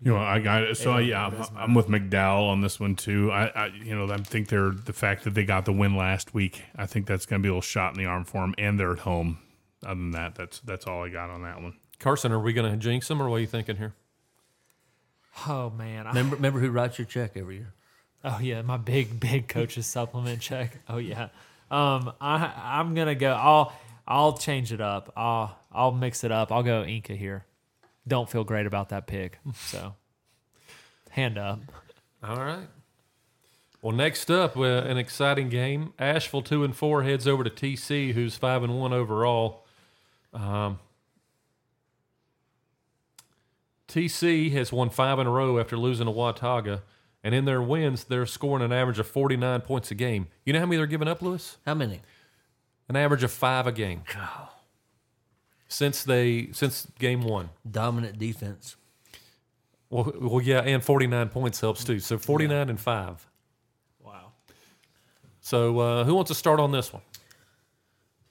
You know, I got it. So yeah, I'm, I'm with McDowell on this one too. I, I, you know, I think they're the fact that they got the win last week. I think that's going to be a little shot in the arm for them, and they're at home. Other than that, that's that's all I got on that one. Carson, are we gonna jinx them or what are you thinking here? oh man, I Remember, remember who writes your check every year? Oh yeah, my big big coach's supplement check. Oh yeah. Um, I I'm gonna go. I'll I'll change it up. I'll I'll mix it up. I'll go Inca here. Don't feel great about that pick. So hand up. All right. Well, next up, uh, an exciting game. Asheville two and four heads over to TC, who's five and one overall. Um, TC has won five in a row after losing to Watauga, and in their wins, they're scoring an average of 49 points a game. You know how many they're giving up, Lewis? How many? An average of five a game. Since they since game one. Dominant defense. Well, well, yeah, and 49 points helps too. So 49 and five. Wow. So uh, who wants to start on this one?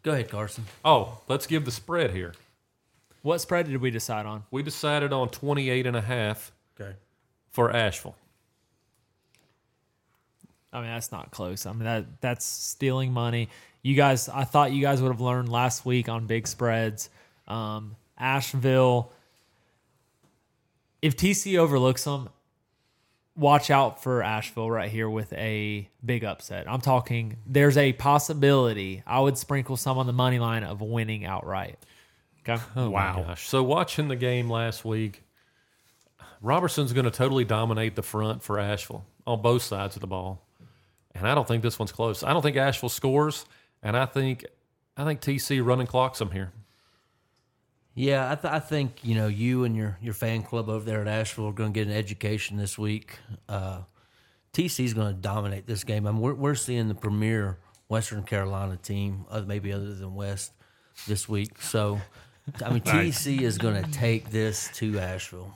Go ahead, Carson. Oh, let's give the spread here. What spread did we decide on? We decided on 28 and a half Okay. for Asheville. I mean, that's not close. I mean, that that's stealing money. You guys, I thought you guys would have learned last week on big spreads. Um, Asheville. If TC overlooks them, watch out for Asheville right here with a big upset. I'm talking. There's a possibility. I would sprinkle some on the money line of winning outright. Okay. Oh, Wow. Gosh. So watching the game last week, Robertson's going to totally dominate the front for Asheville on both sides of the ball. And I don't think this one's close. I don't think Asheville scores, and I think I think TC running clocks them here. Yeah, I, th- I think you know you and your your fan club over there at Asheville are going to get an education this week. Uh, TC is going to dominate this game. I mean, we're we're seeing the premier Western Carolina team, other, maybe other than West, this week. So, I mean, TC is going to take this to Asheville.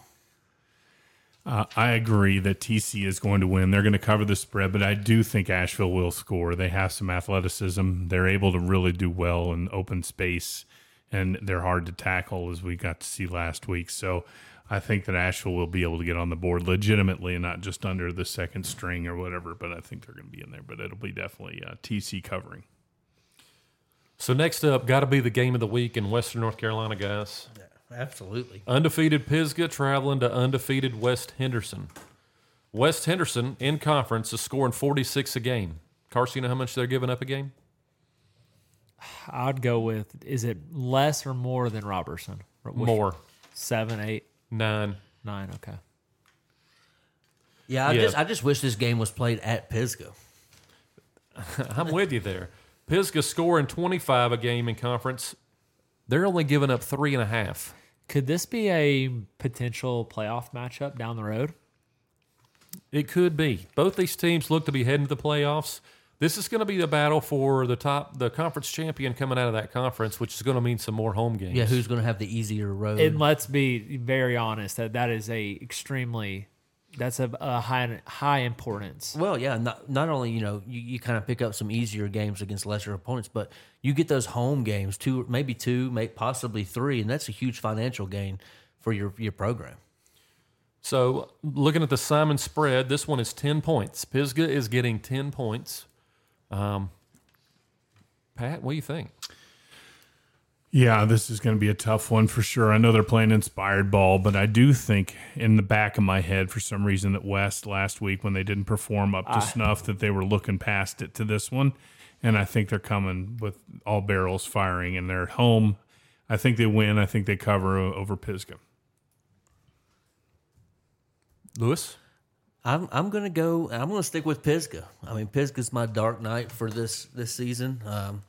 Uh, I agree that TC is going to win. They're going to cover the spread, but I do think Asheville will score. They have some athleticism. They're able to really do well in open space, and they're hard to tackle, as we got to see last week. So I think that Asheville will be able to get on the board legitimately and not just under the second string or whatever, but I think they're going to be in there. But it'll be definitely uh, TC covering. So next up, got to be the game of the week in Western North Carolina, guys. Absolutely. Undefeated Pisgah traveling to undefeated West Henderson. West Henderson in conference is scoring 46 a game. Carson, you know how much they're giving up a game? I'd go with. Is it less or more than Robertson? Which- More. Seven, eight, Nine. nine. Okay. Yeah, I Yeah. just I just wish this game was played at Pisgah. I'm with you there. Pisgah scoring 25 a game in conference. They're only giving up three and a half. Could this be a potential playoff matchup down the road? It could be. Both these teams look to be heading to the playoffs. This is going to be the battle for the top, the conference champion coming out of that conference, which is going to mean some more home games. Yeah, who's going to have the easier road? And let's be very honest that that is a extremely that's a, a high high importance. Well, yeah. Not not only you know you, you kind of pick up some easier games against lesser opponents, but you get those home games, two maybe two, may, possibly three, and that's a huge financial gain for your your program. So, looking at the Simon spread, this one is 10 points. Pisgah is getting 10 points. Um, Pat, what do you think? Yeah, this is going to be a tough one for sure. I know they're playing inspired ball, but I do think in the back of my head, for some reason, that West last week when they didn't perform up to snuff, that they were looking past it to this one, and I think they're coming with all barrels firing, and they're at home. I think they win. I think they cover o- over Pisgah. Lewis? I'm I'm going to go. I'm going to stick with Pisgah. I mean, Pisgah's my dark night for this this season. Um,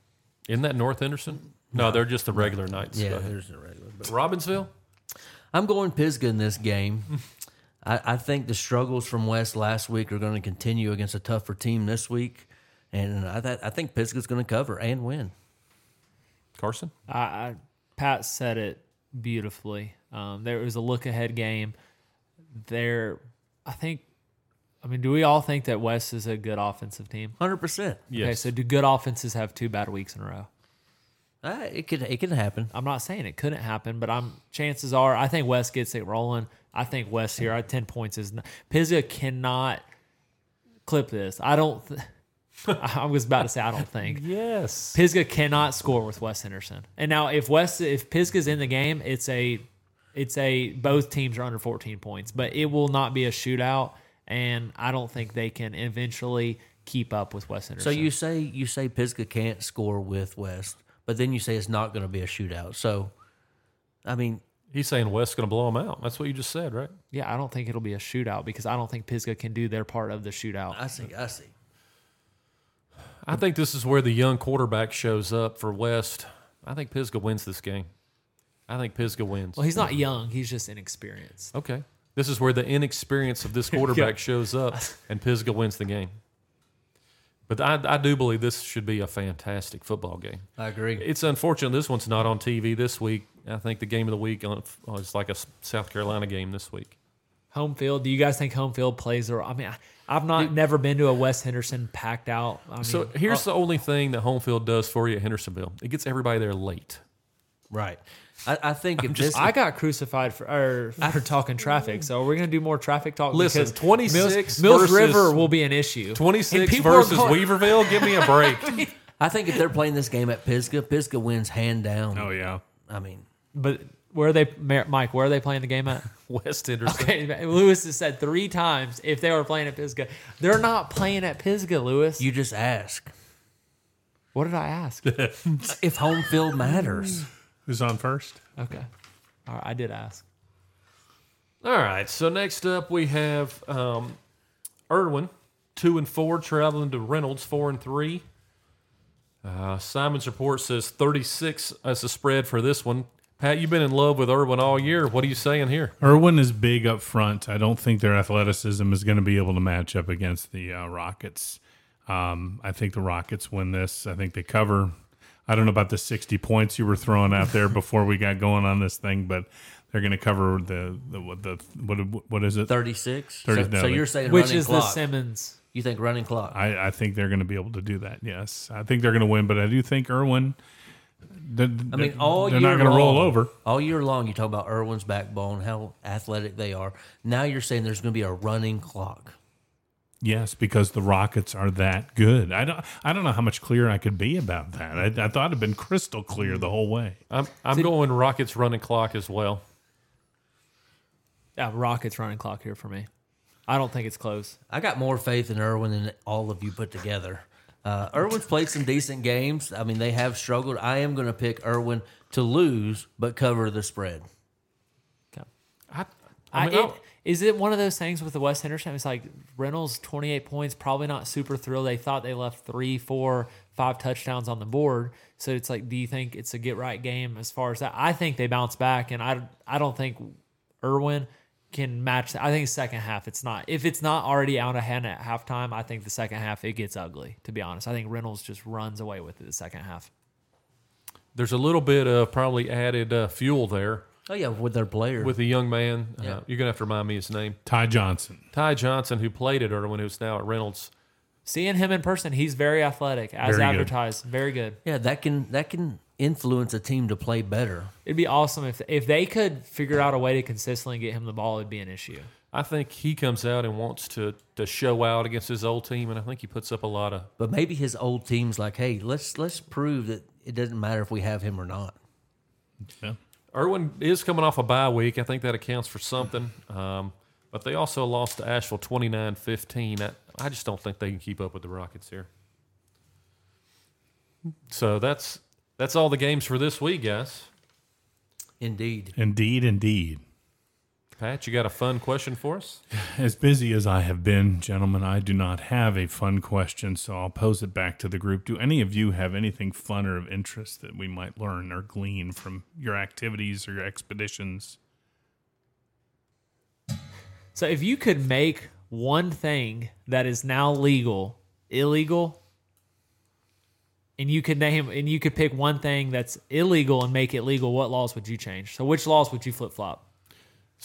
Isn't that North Henderson? No, they're just the regular Knights. yeah, Go ahead. there's no regular. But Robbinsville? I'm going Pisgah in this game. I, I think the struggles from West last week are going to continue against a tougher team this week, and I th- I think Pisgah's going to cover and win. Carson? I, I Pat said it beautifully. Um, there was a look ahead game. There, I think. I mean, do we all think that West is a good offensive team? Hundred percent. Okay, so do good offenses have two bad weeks in a row? Uh, it could it can happen. I'm not saying it couldn't happen, but I'm chances are I think West gets it rolling. I think West here at ten points is not, Pizza cannot clip this. I don't. Th- I was about to say I don't think Yes. Pisgah cannot score with Wes Henderson. And now if West if Pisgah's in the game, it's a it's a both teams are under 14 points, but it will not be a shootout. And I don't think they can eventually keep up with Wes So Henderson. you say you say Pisgah can't score with West, but then you say it's not going to be a shootout. So, I mean, He's saying West's going to blow him out. That's what you just said, right? yeah, I don't think it'll be a shootout because I don't think Pisgah can do their part of the shootout. I see, I see. I think this is where the young quarterback shows up for West. I think Pisgah wins this game. I think Pisgah wins. Well, he's not young; he's just inexperienced. okay. This is where the inexperience of this quarterback shows up, and Pisgah wins the game. But I, I do believe this should be a fantastic football game. I agree. It's unfortunate this one's not on TV this week. I think the game of the week on oh, it's like a S- South Carolina game this week. Home field. Do you guys think home field plays a role? I mean, I, I've not never been to a West Henderson packed out. I mean, So here's Uh, the only thing that home field does for you at Hendersonville. It gets everybody there late. Right. I, I think if this I got crucified for or for talking traffic. So we're gonna do more traffic talk. Listen, because 26 Mills, Mills versus- River will be an issue. 26 people are versus going- Weaverville. Give me a break. I think if they're playing this game at Pisgah, Pisgah wins hand down. Oh yeah. I mean, But where are they, Mar- Mike? Where are they playing the game at? West Henderson. Okay, Lewis has said three times if they were playing at Pisgah. They're not playing at Pisgah, Lewis. you just ask what did I ask? if home field matters. Who's on first? Okay. All right, I did ask. All right. So next up we have um, Irwin, two and four, traveling to Reynolds, four and three. Uh, Simon's report says 36 as the spread for this one. Pat, you've been in love with Irwin all year. What are you saying here? Irwin is big up front. I don't think their athleticism is going to be able to match up against the uh, Rockets. Um, I think the Rockets win this. I think they cover. I don't know about the 60 points you were throwing out there before we got going on this thing, but they're going to cover the the what the what what is it? Thirty six. So, 30, no, so they- you're saying Which running is the clock? Simmons. you think running clock? I, I think they're going to be able to do that. Yes, I think they're going to win, but I do think Irwin. I I mean, all they're year not going to roll long- over. All year long, you talk about Irwin's backbone, how athletic they are. Now you're saying there's going to be a running clock. Yes, because the Rockets are that good. I don't. I don't know how much clearer I could be about that. I, I thought it'd been crystal clear the whole way. I'm, I'm going Rockets running clock as well. Yeah, Rockets running clock here for me. I don't think it's close. I got more faith in Irwin than all of you put together. Uh, Irwin's played some decent games. I mean, they have struggled. I am going to pick Irwin to lose, but cover the spread. I, I I mean, it, is it one of those things with the West Henderson? It's like Reynolds, 28 points, probably not super thrilled. They thought they left three, four, five touchdowns on the board. So it's like, do you think it's a get right game as far as that? I think they bounce back, and I, I don't think Irwin can match that. I think second half, it's not. If it's not already out ahead at halftime, I think the second half, it gets ugly, to be honest. I think Reynolds just runs away with it the second half. there's a little bit of probably added uh, fuel there Oh, yeah, with their player. with a young man. Yeah. Uh, you're gonna have to remind me his name, Ty Johnson. Ty Johnson, who played at Irwin, who's now at Reynolds. Seeing him in person, he's very athletic, Very as good. advertised. Very good. yeah, that can that can influence a team to play better. It'd be awesome if if they could figure out a way to consistently get him the ball. It'd be an issue. I think he comes out and wants to to show out against his old team, and I think he puts up a lot of. But maybe his old team's like, hey, let's let's prove that it doesn't matter if we have him or not. Yeah. Irwin is coming off a bye week. I think that accounts for something. Um, but they also lost to Asheville 29 15. I, I just don't think they can keep up with the Rockets here. So that's that's all the games for this week, guys. Indeed. Indeed, indeed. Pat, you got a fun question for us? As busy as I have been, gentlemen, I do not have a fun question, so I'll pose it back to the group. Do any of you have anything fun or of interest that we might learn or glean from your activities or your expeditions? So if you could make one thing that is now legal illegal, and you could name and you could pick one thing that's illegal and make it legal, what laws would you change? So which laws would you flip flop?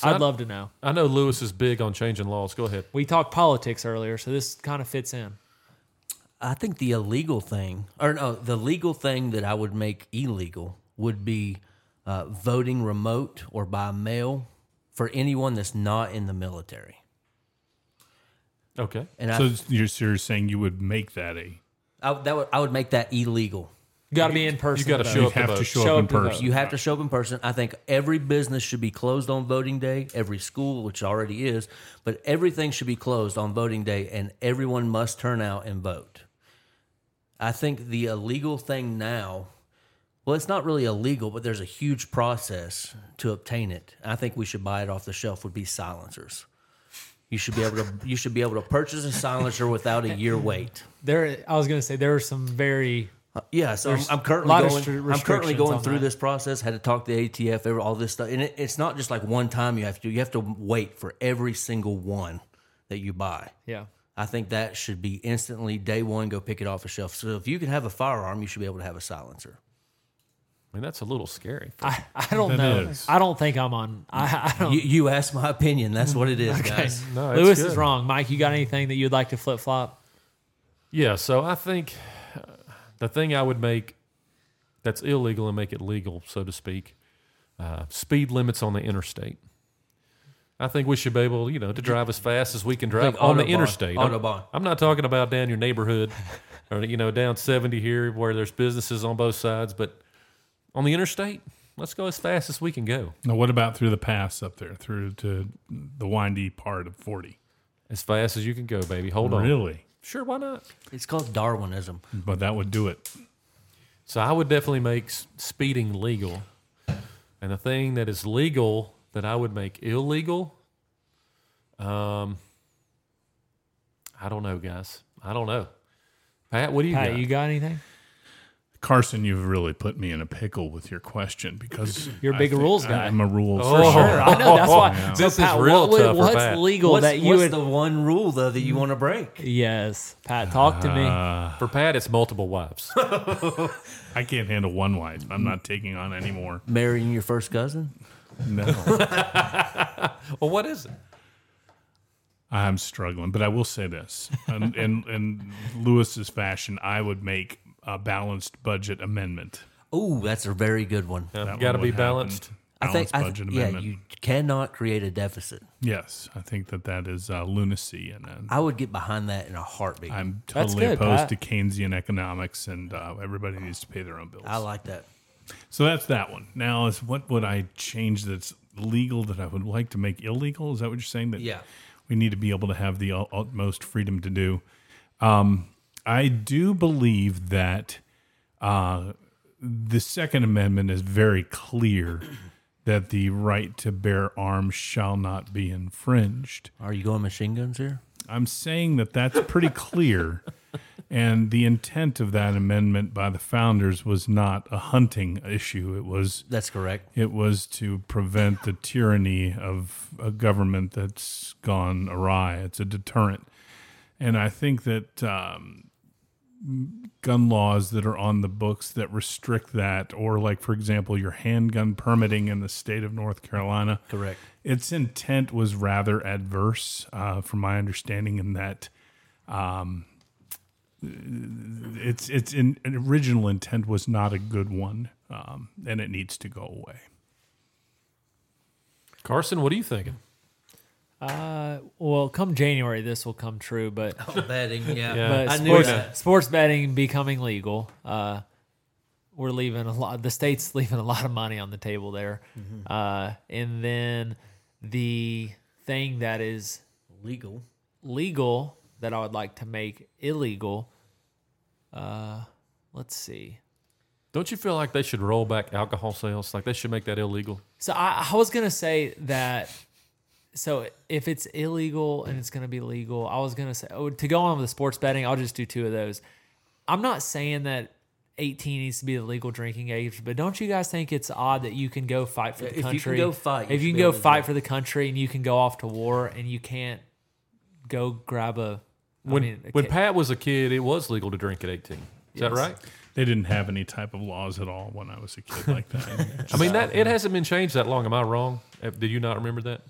I'd I'm- love to know. I know Lewis is big on changing laws. Go ahead. We talked politics earlier, so this kind of fits in. I think the illegal thing, or no, the legal thing that I would make illegal would be uh, voting remote or by mail for anyone that's not in the military. Okay. And So you're, so you're saying you would make that a I, I, that would, I would make that illegal. You got to be in person. gotta to show vote. you up to have to vote. show, Show up in up to vote. person. You have to show up in person. I think every business should be closed on voting day, every school, which already is, but everything should be closed on voting day and everyone must turn out and vote. I think the illegal thing now, well, it's not really illegal, but there's a huge process to obtain it. I think we should buy it off the shelf would be silencers. You should be able to you should be able to purchase a silencer without a year wait. There, I was gonna say there are some very Yeah, so I'm, I'm currently lot of going. stri- I'm currently restrictions going on through that. this process. Had to talk to ATF, every, all this stuff, and it, it's not just like one time you have to. do. You have to wait for every single one that you buy. Yeah. I think that should be instantly day one. Go pick it off the shelf. So if you can have a firearm, you should be able to have a silencer. I mean, that's a little scary. I, I don't That know. is. I don't think I'm on. I, I don't. You, you asked my opinion. That's what it is, guys. No, it's Lewis is good. wrong. Mike, you got anything that you'd like to flip flop? Yeah, so I think uh, the thing I would make that's illegal and make it legal, so to speak, uh, speed limits on the interstate. I think we should be able, you know, to drive as fast as we can drive Like on the Autobahn. interstate. I'm- Autobahn. I'm, not talking about down your neighborhood or you know down 70 here where there's businesses on both sides, but on the interstate, let's go as fast as we can go, Now, what about through the pass up there, through to the windy part of 40? as fast as you can go, baby. Hold on, Really? Sure, why not? It's called Darwinism. But that would do it. So I would definitely make s- speeding legal. And the thing that is legal that I would make illegal, um, I don't know, guys. I don't know. Pat, what do you Pat, got? you got anything? Carson, you've really put me in a pickle with your question because You're a big think rules guy. I'm a rules. Oh. for sure. Sure. I know that's why. Yeah. So, This is Pat, real what would- tough for What's Pat. legal What's, that you what's would? the one rule though that you want to break? yes, Pat, talk to me. For Pat, it's multiple wives. I can't handle one wife. I'm not taking on any more. Marrying your first cousin. No, well, what is it? I'm struggling. But I will say this, and in, in Lewis's fashion, I would make a balanced budget amendment. Ooh, that's a very good one. Got That to one would be happen. balanced. I think. Balanced I, budget yeah, amendment. you cannot create a deficit. Yes, I think that that is uh, lunacy, and uh, I would get behind that in a heartbeat. i I'm That's totally good, opposed Pat. to Keynesian economics, and uh, everybody needs to pay their own bills. like that. So that's that one. Now is what would I change that's legal that I would like to make illegal? Is that what you're saying? That Yeah. we need to be able to have the ut- utmost freedom to do. Um, I do believe that uh, the Second Amendment is very clear that the right to bear arms shall not be infringed. Are you going machine guns here? I'm saying that that's pretty clear. And the intent of that amendment by the founders was not a hunting issue. It was That's correct. it was to prevent the tyranny of a government that's gone awry. It's a deterrent. And I think that um, gun laws that are on the books that restrict that, or like, for example, your handgun permitting in the state of North Carolina, Correct. its intent was rather adverse, uh, from my understanding, in that um, its its in, original intent was not a good one, um, and it needs to go away. Carson, what are you thinking? Well, come January, this will come true, but Oh, Betting, yeah. Yeah. but I knew sports, that. sports betting becoming legal. Uh, we're leaving a lot. The state's leaving a lot of money on the table there. Mm-hmm. Uh, and then the thing that is Legal. legal that I would like to make illegal. Uh, let's see. Don't you feel like they should roll back alcohol sales? Like they should make that illegal? So I, I was gonna say that. So if it's illegal and it's gonna be legal, I was gonna say oh, to go on with the sports betting, I'll just do two of those. I'm not saying that 18 needs to be the legal drinking age, but don't you guys think it's odd that you can go fight for the If you can country? go fight, you if should you can be go able to fight drink. for the country and you can go off to war and you can't go grab a. I When, mean, a when ca- Pat was a kid, it was legal to drink at 18. Is that Yes. right? They didn't have any type of laws at all when I was a kid like that. I mean, that it hasn't been changed that long. Am I wrong? Uh, Did you not remember that?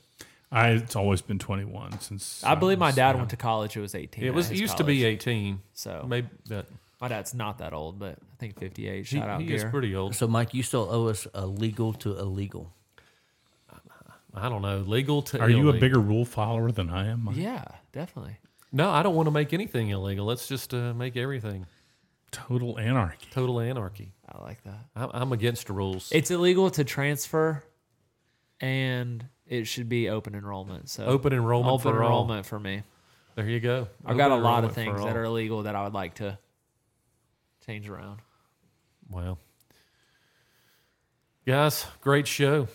I it's always been 21 since I believe my was, dad uh, went to college. It was 18. It at was it his used to be college. 18. So- maybe that My dad's not that old, but I think 58. he, Shout out, he is Gare. pretty old. So, Mike, you still owe us a legal to illegal. I don't know. Legal to Are you a illegal. bigger rule follower than I am? I Yeah, definitely. No, I don't want to make anything illegal. Let's just uh, make everything Total anarchy. total anarchy. I like that. I, I'm against rules. It's illegal to transfer, and it should be open enrollment. So Open enrollment open for all. enrollment for me. there you go. I've got a Open lot of enrollment for things that all. are illegal that I would like to change around. Wow. Guys, great show.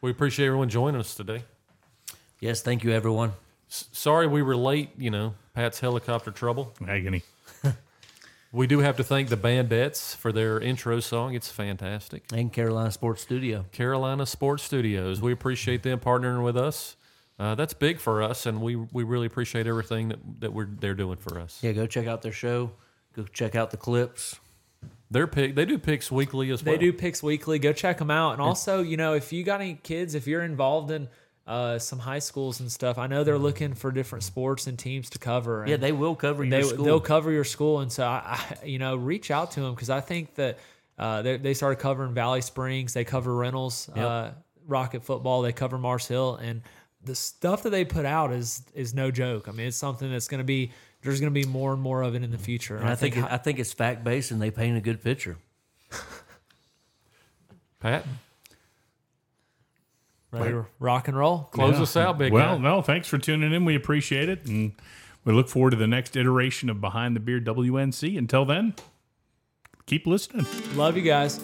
We appreciate everyone joining us today. Yes, thank you, everyone. S- sorry we were late. You know, Pat's helicopter trouble. Agony. We do have to thank the Bandettes for their intro song. It's fantastic. and Carolina Sports Studio. Carolina Sports Studios. We appreciate them partnering with us. Uh, that's big for us, and we, we really appreciate everything that, that we're they're doing for us. Yeah, go check out their show. Go check out the clips. They're pick they do picks weekly as They well. do picks weekly. Go check them out. And also, you know, if you got any kids, if you're involved in uh, some high schools and stuff, I know they're looking for different sports and teams to cover. And Yeah, they will cover your Mm. they, school. they'll cover your school. And so, I, I you know, reach out to them because I think that uh, they, they started covering Valley Springs. They cover Reynolds, uh, Rocket Football. They cover Mars Hill. And the stuff that they put out is is no joke. I mean, it's something that's going to be, there's going to be more and more of it in the future. and I think hi- I think it's fact based, and they paint a good picture. Pat, ready to rock and roll. close us out, big well, guy. no, thanks for tuning in. We appreciate it. And we look forward to the next iteration of Behind the Beard WNC. Until then, keep listening. Love you guys.